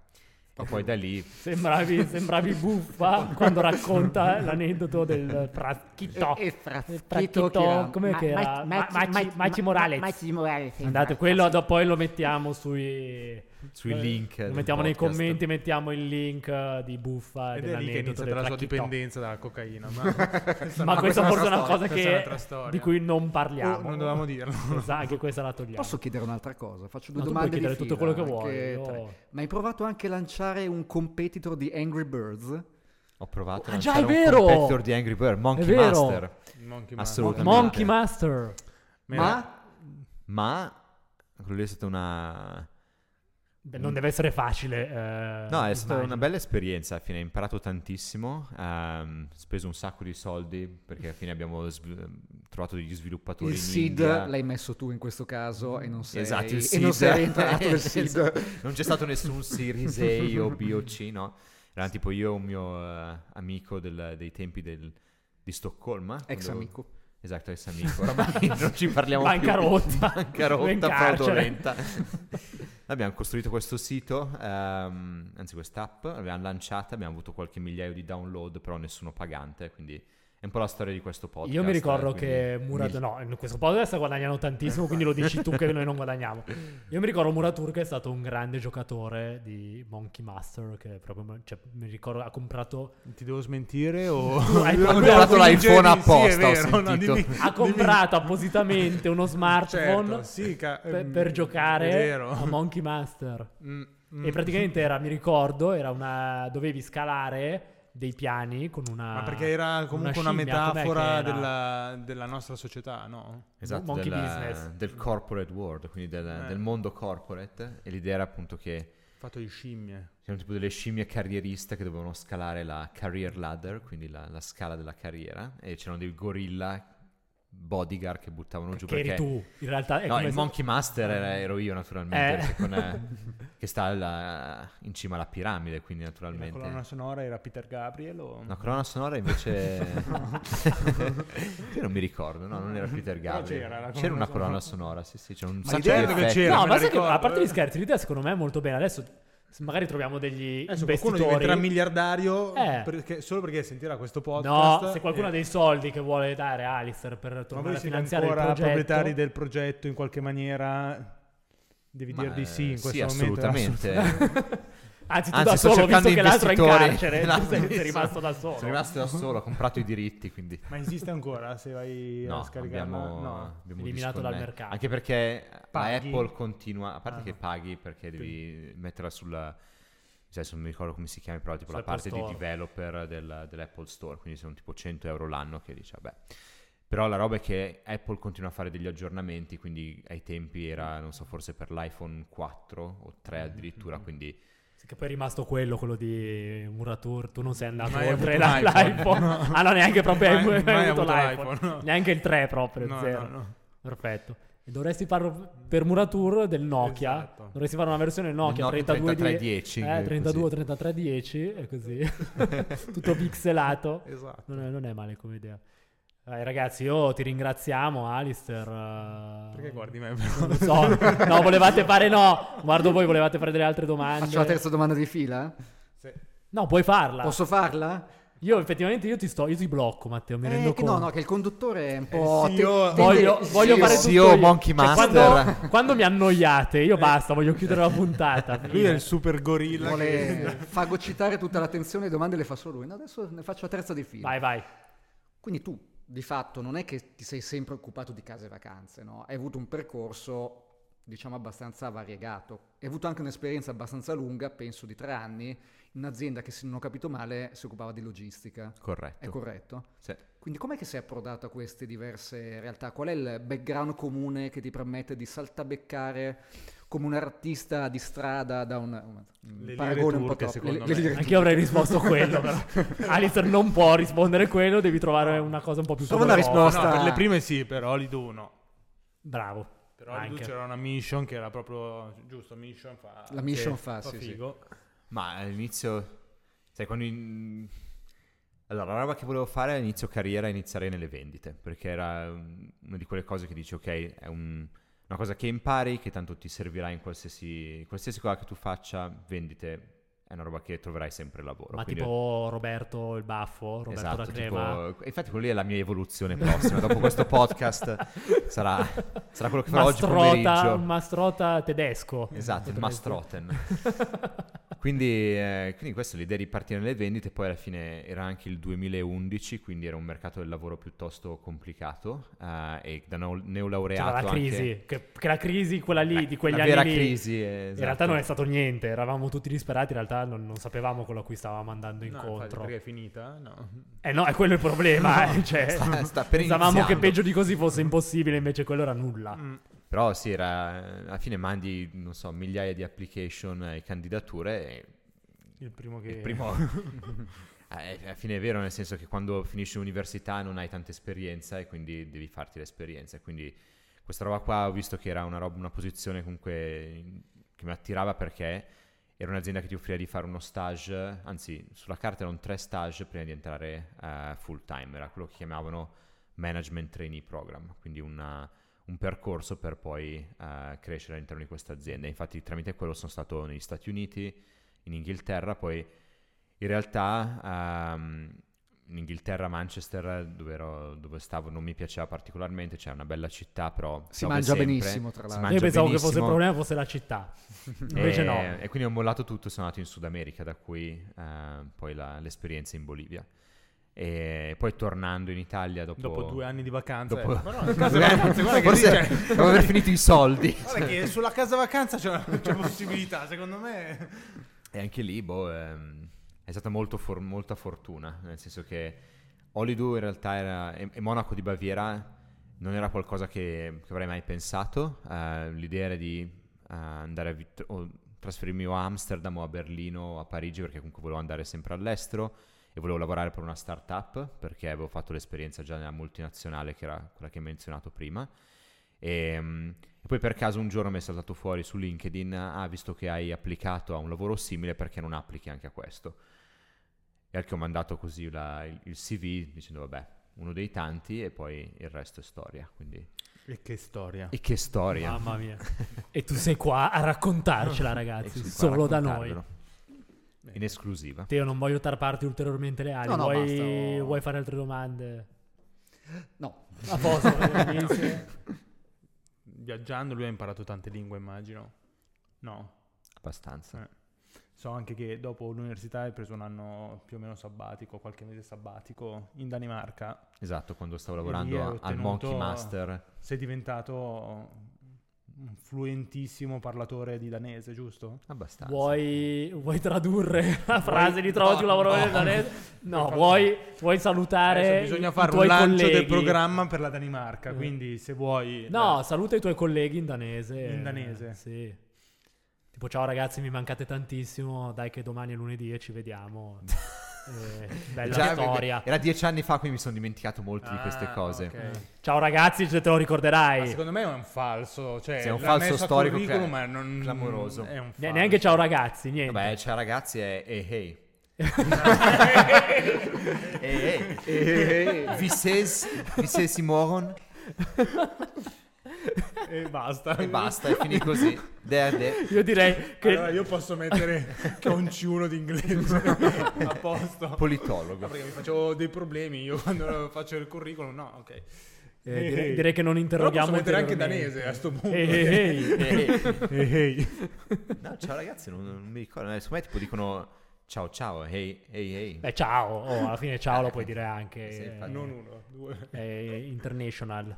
D: E poi da lì
A: Sembravi, sembravi buffa quando racconta l'aneddoto del fracchitto.
E: E- e
A: Il
E: Fracchitto che era-
A: come
F: Ma-
A: che
F: Ma- Ma-
A: era? Ma- Maci-
F: Ma-
A: Maci
F: Ma-
A: Morales.
F: Maci Morales.
A: Andate, quello do- poi lo mettiamo sui,
D: sui
A: eh,
D: link...
A: Lo
D: del
A: mettiamo nei
D: podcast.
A: commenti, mettiamo il link eh, di buffa e
B: Ed è lì che
A: dell'aneddoto
B: è iniziata
A: del
B: la sua
A: fracchitto.
B: dipendenza dalla cocaina. Ma, questa
A: Ma
B: no,
A: questa
B: è
A: forse è
B: un'altra
A: una cosa
B: storia, questa è
A: che,
B: un'altra storia.
A: di cui non parliamo.
B: Oh, non dovevamo dirlo.
A: Esatto, anche questa la togliamo.
E: Posso chiedere un'altra cosa? Faccio due
A: No, tu puoi
E: domande di
A: chiedere tutto
E: fila,
A: quello che vuoi.
E: anche
A: io-
E: tre. Ma hai provato anche a lanciare un competitor di Angry Birds?
D: Ho provato
A: Ah,
D: a
A: già,
D: lanciare
A: è vero!
D: un competitor di Angry Bird, Monkey
A: È vero!
D: Master,
B: Il Monkey
D: Assolutamente.
A: Monkey Master.
B: Ma-
E: Ma
D: ma quello lì è stata una...
A: Beh,
B: Mm.
A: non deve essere facile. eh,
D: No, è stata
A: immagino.
D: una bella esperienza, alla fine ho imparato tantissimo, ehm, ho speso un sacco di soldi perché alla fine abbiamo sv- trovato degli sviluppatori
E: il
D: in
E: SID
D: India.
E: l'hai messo tu in questo caso e non sei,
D: Esatto, il
E: e
D: SID.
E: non sei rientrato nel SID.
D: Esatto. Non c'è stato nessun Series A o B o C, no? Erano tipo io e un mio eh, amico del- dei tempi del- di Stoccolma.
E: Ex
D: quando-
E: amico.
D: Esatto, ex amico. Ormai non ci parliamo
A: Banca
D: più.
A: rotta.
D: Banca
A: Lo in
D: rotta,
A: carcere.
D: fraudolenta. abbiamo costruito questo sito, ehm, anzi quest'app, l'abbiamo lanciata, abbiamo avuto qualche migliaio di download, però nessuno pagante, quindi è un po' la storia di questo podcast.
A: Io mi ricordo
D: eh, quindi
A: che Murat,
D: mil-
A: no, in questo podcast guadagnano tantissimo, quindi lo dici tu che noi non guadagniamo. Io mi ricordo Muraturk è stato un grande giocatore di Monkey Master, che proprio, cioè, mi ricordo, ha comprato,
B: Ti devo smentire o...
A: Hai
B: Abbiamo
D: comprato
B: due
D: l'iPhone
B: ingegni, sì, è
D: apposta, ho
B: vero, no,
D: sentito.
B: dimmi-
A: ha comprato appositamente uno smartphone
B: Certo, sì, ca-
A: per,
B: ehm,
A: per
B: è
A: giocare
B: vero.
A: a Monkey Master.
B: Mm,
A: E praticamente era, mi ricordo, era una. dovevi scalare dei piani con una.
B: Ma perché era comunque una,
A: scimmia, com'è che
B: metafora
A: era?
B: della, della nostra società, no?
D: Esatto,
A: Monkey
D: della-
A: business.
D: del corporate world, quindi del,
B: Eh.
D: del mondo corporate. E l'idea era appunto che
B: Fatto di scimmie.
D: C'erano tipo delle scimmie carrieriste che dovevano scalare la career ladder, quindi la, la scala della carriera, e c'erano dei gorilla bodyguard che buttavano giù
A: Che eri
D: perché...
B: Eh,
A: tu, in realtà. è
D: No,
A: come
D: il
A: se-
D: Monkey Master era- ero io naturalmente,
A: Eh.
D: perché con, eh, che sta alla- in cima alla piramide, quindi
B: La
D: naturalmente...
B: colonna sonora era Peter Gabriel o...
D: La colonna sonora invece... io non mi ricordo, no, non era Peter
B: Però
D: Gabriel.
B: c'era la colonna sonora.
D: una colonna sonora, sì, sì, c'era un
B: Ma
D: sacco di
B: certo che
D: effetti.
B: c'era.
A: No,
B: me
A: ma
B: la
A: sai che
B: ricordo,
A: a parte
B: eh.
A: gli scherzi, l'idea secondo me è molto bene. Adesso se magari troviamo degli
B: Adesso Eh, qualcuno
A: investitori.
B: diventerà miliardario
A: Eh.
B: perché- solo perché sentirà questo podcast.
A: No, se qualcuno
B: eh,
A: ha dei soldi che vuole dare a Alistair per
B: ma
A: tornare
B: voi
A: a
B: siete
A: finanziare il
B: ancora
A: progetto,
B: proprietari del progetto in qualche maniera... Devi
D: Ma,
B: dir di sì in
D: eh,
B: questo
D: sì,
B: momento.
D: assolutamente.
A: anzi, tu
D: Anzi,
A: da
D: sto
A: solo, visto
D: cercando
A: che l'altro è in
D: investitori.
A: carcere, tu
D: L'altro
A: sei,
D: mi
A: sei rimasto da
D: Sono
A: solo.
D: rimasto da solo, ho comprato i diritti, quindi...
B: Ma esiste ancora se vai
D: No,
B: a scaricarla?
D: abbiamo,
B: No.
D: abbiamo
A: Eliminato
D: disconne-
A: dal mercato.
D: Anche perché
B: Paghi.
D: la Apple continua, a parte
B: Ah,
D: che
B: no.
D: paghi perché devi metterla sulla... Cioè, adesso non mi ricordo come si chiama, però tipo la
A: Sull'Apple
D: parte di
A: Store.
D: developer del- dell'Apple Store, quindi sono tipo 100 euro l'anno che dice, vabbè. Però la roba è che Apple continua a fare degli aggiornamenti, quindi ai tempi era, non so, forse per l'iPhone 4 o 3
A: Mm-hmm,
D: addirittura, quindi...
A: Sì, Che poi è rimasto quello, quello di Muratur. Tu non sei andato
B: Mai
A: oltre
B: avuto
A: la-
B: un iPhone.
A: l'iPhone. Ah, no, neanche proprio hai,
B: Mai-
A: hai
B: mai
A: avuto
B: avuto
A: l'iPhone.
B: l'iPhone, no.
A: Neanche il 3 proprio,
B: No,
A: zero.
B: no, no.
A: Perfetto. E dovresti farlo per Muratur del Nokia.
B: Esatto.
A: Dovresti fare una versione Nokia,
D: Nokia
A: 32
D: 3310,
A: eh,
D: così.
A: 32 3310 e così. Tutto pixelato.
B: Esatto.
A: Non è, non è male come idea. Dai, ragazzi, io ti ringraziamo, Alistair. eh,
B: Perché guardi me?
A: Non so. No, volevate fare no. Guardo voi, volevate fare delle altre domande.
E: Faccio la terza domanda di fila?
A: No, puoi farla.
E: Posso farla?
A: Io effettivamente io ti sto, io ti blocco, Matteo, mi
E: Eh,
A: rendo
E: che
A: conto.
E: no, no, che il conduttore è un
D: Eh,
E: po'.
B: sì,
E: te-
B: io-
E: tende-
A: Voglio,
E: sì,
A: voglio
E: io-
A: fare tutto
D: sì, oh,
A: io.
D: Monkey
A: Cioè,
D: Master. Eh.
A: quando, quando mi annoiate, io basta, voglio chiudere la puntata.
B: Lui è
A: fine.
B: il super gorilla. che-
E: Vuole fagocitare tutta l'attenzione, le domande le fa solo lui. No, adesso ne faccio la terza di fila.
A: Vai, vai.
E: Quindi tu, di fatto, non è che ti sei sempre occupato di case e vacanze, no? Hai avuto un percorso, diciamo, abbastanza variegato. Hai avuto anche un'esperienza abbastanza lunga, penso di tre anni, in un'azienda che, se non ho capito male, si occupava di logistica.
D: Corretto.
E: È corretto?
D: Sì.
E: Quindi com'è che sei approdato a queste diverse realtà? Qual è il background comune che ti permette di saltabeccare come un artista di strada da un, un
B: lire
E: paragone un po'
B: turche,
E: troppo?
B: secondo me.
E: lire
A: Anche io avrei risposto quello, però. Alistair non può rispondere quello, devi trovare una cosa un po' più
E: Trovo una
A: sobria.
E: risposta.
B: No, per le prime sì, per Hollywood no.
A: Bravo.
B: Per Hollywood
A: Anche.
B: c'era una mission che era proprio giusto, mission fa
E: La mission
B: che
E: fa, sì, sì.
B: figo.
D: Ma all'inizio, sai, quando in- Allora, la roba che volevo fare all'inizio carriera è iniziare nelle vendite, perché era um, una di quelle cose che dici, ok, è un- una cosa che impari, che tanto ti servirà in qualsiasi, qualsiasi cosa che tu faccia, vendite è una roba che troverai sempre lavoro.
A: Ma
D: quindi-
A: tipo Roberto il baffo, Roberto
D: esatto,
A: la crema.
D: tipo- infatti quella lì è la mia evoluzione prossima, dopo questo podcast sarà, sarà quello che farò oggi
A: Mastrota,
D: pomeriggio.
A: un mastrota tedesco.
D: Esatto, il
A: Eh, Potresti-
D: Mastroten. quindi, eh, quindi questa è l'idea di partire nelle vendite, poi alla fine era anche il 2011, quindi era un mercato del lavoro piuttosto complicato eh, e da neo-
A: C'era
D: neolaureato
A: la crisi,
D: anche...
A: che, che la crisi, quella lì, di quegli
D: la
A: anni
D: vera
A: lì,
D: crisi, eh,
A: in
D: esatto.
A: realtà non è stato niente, eravamo tutti disperati, in realtà non, non sapevamo quello a cui stavamo andando
B: No, infatti,
A: incontro.
B: perché è finita? No.
A: Eh no, è quello il problema, eh, cioè,
D: sta- sta per
A: pensavamo che
D: iniziando.
A: peggio di così fosse impossibile, invece quello era nulla.
B: Mm.
D: Però sì, era, alla fine mandi, non so, migliaia di application e candidature e
B: Il primo che
D: Il primo... Eh, alla fine è vero, nel senso che quando finisci l'università non hai tanta esperienza e quindi devi farti l'esperienza. Quindi questa roba qua ho visto che era una, roba, una posizione comunque in- che mi attirava perché era un'azienda che ti offriva di fare uno stage, anzi sulla carta erano tre stage prima di entrare eh, full time, era quello che chiamavano Management Trainee Program, quindi una- un percorso per poi eh, crescere all'interno di questa azienda. Infatti tramite quello sono stato negli Stati Uniti, in Inghilterra, poi in realtà ehm, in Inghilterra, Manchester, dove, ero- dove stavo, non mi piaceva particolarmente, c'è una bella città, però...
E: Si
D: piove
E: mangia
D: sempre,
E: benissimo, tra
D: si
E: l'altro.
D: mangia
A: Io pensavo che
D: benissimo.
A: fosse il problema fosse la città, invece
D: e,
A: no.
D: E eh, quindi ho mollato tutto e sono andato in Sud America, da qui eh, poi la- l'esperienza in Bolivia. E poi tornando in Italia dopo,
B: Dopo due anni di vacanza.
D: dopo-
B: eh, Però la casa vacanza, guarda che
D: Forse
B: lì c'è-
D: dopo aver finito i soldi.
B: Guarda che sulla casa vacanza c'è una c'è possibilità, secondo me.
D: E anche lì, boh, ehm, è stata molto for- molta fortuna, nel senso che Olidu in realtà era, e, e Monaco di Baviera non era qualcosa che, che avrei mai pensato, eh, l'idea era di eh, andare a vit- o trasferirmi o a Amsterdam o a Berlino o a Parigi perché comunque volevo andare sempre all'estero e volevo lavorare per una startup perché avevo fatto l'esperienza già nella multinazionale che era quella che ho menzionato prima. E, mm, e poi per caso un giorno mi è saltato fuori su LinkedIn, ah, visto che hai applicato a un lavoro simile, perché non applichi anche a questo? E anche ho mandato così la- il, il CV dicendo, vabbè, uno dei tanti e poi il resto è storia. Quindi...
B: E che storia.
D: E che storia!
A: Mamma mia. e tu sei qua a raccontarcela,
D: E
A: ragazzi,
D: sono qua
A: solo
D: a
A: da noi.
D: raccontarvelo. In esclusiva.
A: Teo, non voglio tarparti ulteriormente le ali.
E: No, no,
A: vuoi,
E: basta, ho-
A: vuoi fare altre domande?
E: No,
A: A posto, Vince?
B: Viaggiando lui ha imparato tante lingue, immagino. No.
D: Abbastanza.
B: Eh. So anche che dopo l'università hai preso un anno più o meno sabbatico, qualche mese sabbatico in Danimarca.
D: Esatto, quando stavo
B: E lì
D: lavorando
B: ho
D: a- al
B: ottenuto-
D: Monkey Master.
B: Sei diventato un fluentissimo parlatore di danese, giusto?
D: Abbastanza.
A: vuoi, vuoi tradurre la frase di trovati un lavoro
B: no.
A: nel danese? No,
B: Per
A: vuoi, vuoi salutare
B: Adesso bisogna
A: i
B: fare un
A: tuoi
B: lancio
A: colleghi.
B: del programma per la Danimarca,
A: Eh.
B: quindi se vuoi...
A: No, saluta i tuoi colleghi in danese.
B: In danese.
A: Eh, Sì. Tipo, ciao ragazzi, mi mancate tantissimo. Dai, che domani è lunedì e ci vediamo. Eh, bella
D: Già,
A: storia.
D: Era dieci anni fa, quindi mi sono dimenticato molte di queste
B: Ah,
D: cose.
B: ok.
A: Ciao ragazzi, se te lo
B: Ma
A: ricorderai.
B: secondo me è un falso, cioè
D: Sì, è un
B: l'ha
D: falso
B: messo a
D: storico
B: curriculum,
D: che-
B: ma non
D: clamoroso.
B: È un
A: Ne-
B: falso.
A: Neanche ciao ragazzi, niente.
D: Vabbè, ciao ragazzi, è eh, hey. eh, eh. Vi ses- vi sesi moron
B: e basta.
D: e basta, è finito così. Derde.
A: Io direi che
B: Allora io posso mettere che ho un C1 d'inglese a posto. No,
D: Politologo.
B: perché mi facevo dei problemi io quando faccio il curriculum, no, ok.
A: Eh, direi, direi che non
B: Però posso
A: interroghiamo
B: mettere anche
A: ulteriormente. eh,
B: danese a sto punto.
A: Ehi, ehi, ehi.
D: Eh, eh.
B: Ehi, ehi.
D: No, ciao ragazzi, non, non mi ricordo. Eh, Secondo me tipo dicono ciao ciao, hey, hey, hey.
A: Beh, ciao. Oh, alla fine ciao lo puoi dire anche.
D: Sì, infatti.
B: Non uno, due.
A: eh, international,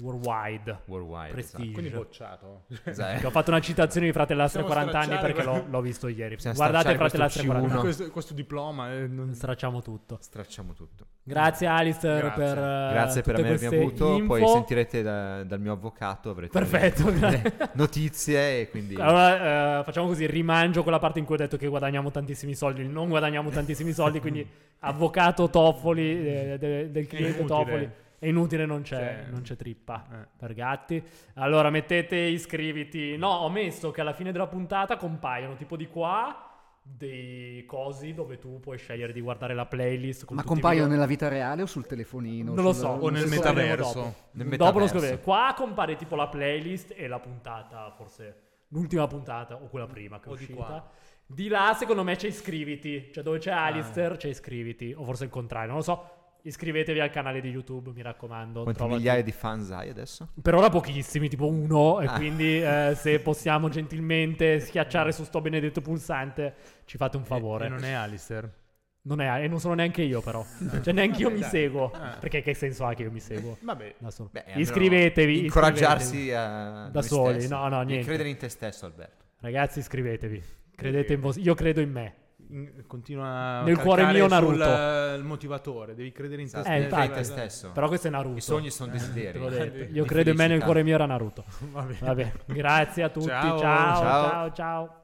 A: worldwide,
D: Worldwide.
A: prestigio. Cioè,
B: Eh, esatto. Quindi boh, bocciato.
D: esatto. Esatto.
A: Che ho fatto una citazione di Fratellastro
B: Possiamo
A: 40 anni
B: stracciare
A: perché l'ho,
B: que-
A: l'ho visto ieri.
D: Possiamo
A: Guardate
D: stracciare
A: Fratellastro
D: questo
A: 40.
D: C1.
B: Questo, questo diploma eh, non
A: Stracciamo tutto.
D: Stracciamo tutto.
A: Grazie Alistair
B: Grazie.
A: per eh,
D: Grazie per
A: tutte
D: avermi
A: queste
D: avuto.
A: info.
D: Poi sentirete da- dal mio avvocato. Avrete
A: Perfetto, grazie.
D: notizie e quindi.
A: Allora eh, facciamo così, rimangio quella parte in cui ho detto che guadagniamo tantissimi soldi, non guadagniamo tantissimi soldi, quindi avvocato Toffoli, eh, de- del cliente
B: Inutile.
A: Toffoli, è inutile, non c'è,
B: Cioè,
A: non c'è trippa
B: eh.
A: per gatti. Allora mettete iscriviti, no ho messo che alla fine della puntata compaiono tipo di qua dei cosi dove tu puoi scegliere di guardare la playlist. con
E: ma
A: tutti i
E: compaiono
A: video.
E: nella vita reale o sul telefonino?
A: Non lo
E: sul-
A: so,
B: o nel
A: Lo scopriremo dopo.
B: metaverso.
D: Nel
A: Dopo lo
D: metaverso.
A: scoprire, qua compare tipo la playlist e la puntata, forse l'ultima puntata o quella prima che è
B: O di
A: uscita.
B: qua. Ah.
A: Di, là, secondo me, c'è iscriviti, cioè dove c'è Alistair c'è iscriviti, o forse il contrario, non lo so. Iscrivetevi al canale di YouTube, mi raccomando.
D: Quanti
A: trovate-
D: migliaia di fans hai adesso?
A: Per ora pochissimi, tipo uno, e
D: Ah.
A: quindi eh, se possiamo gentilmente schiacciare su sto benedetto pulsante, ci fate un favore.
B: E non è Alistair.
A: Non è- e non sono neanche io però, cioè neanche io
B: Vabbè,
A: mi
B: dai.
A: seguo,
B: Ah.
A: perché che senso ha che io mi seguo?
B: Vabbè.
A: Da solo.
D: Beh, almeno
A: iscrivetevi. iscrivetevi.
D: Incoraggiarsi a
A: Da
D: noi
A: soli,
D: stessi.
A: no, no,
D: E
A: niente. Eh,
D: Credere in te stesso, Alberto.
A: Ragazzi, iscrivetevi. Credete in voi. Io credo in me.
B: In- continua a
A: Nel cuore
B: calcare
A: mio
B: sul,
A: Naruto. Esatto.
B: eh, il motivatore devi credere in te
D: Eh,
B: stesso.
A: infatti.
B: Dai, dai, dai.
D: stesso.
A: Però questo è Naruto.
D: I sogni sono
A: Te
D: desideri.
A: l'ho detto.
D: Di
A: Io credo in me, nel
D: felicità.
A: cuore mio era Naruto.
B: Va bene.
A: Vabbè, grazie a tutti.
B: Ciao.
A: ciao,
D: Ciao.
A: ciao. ciao.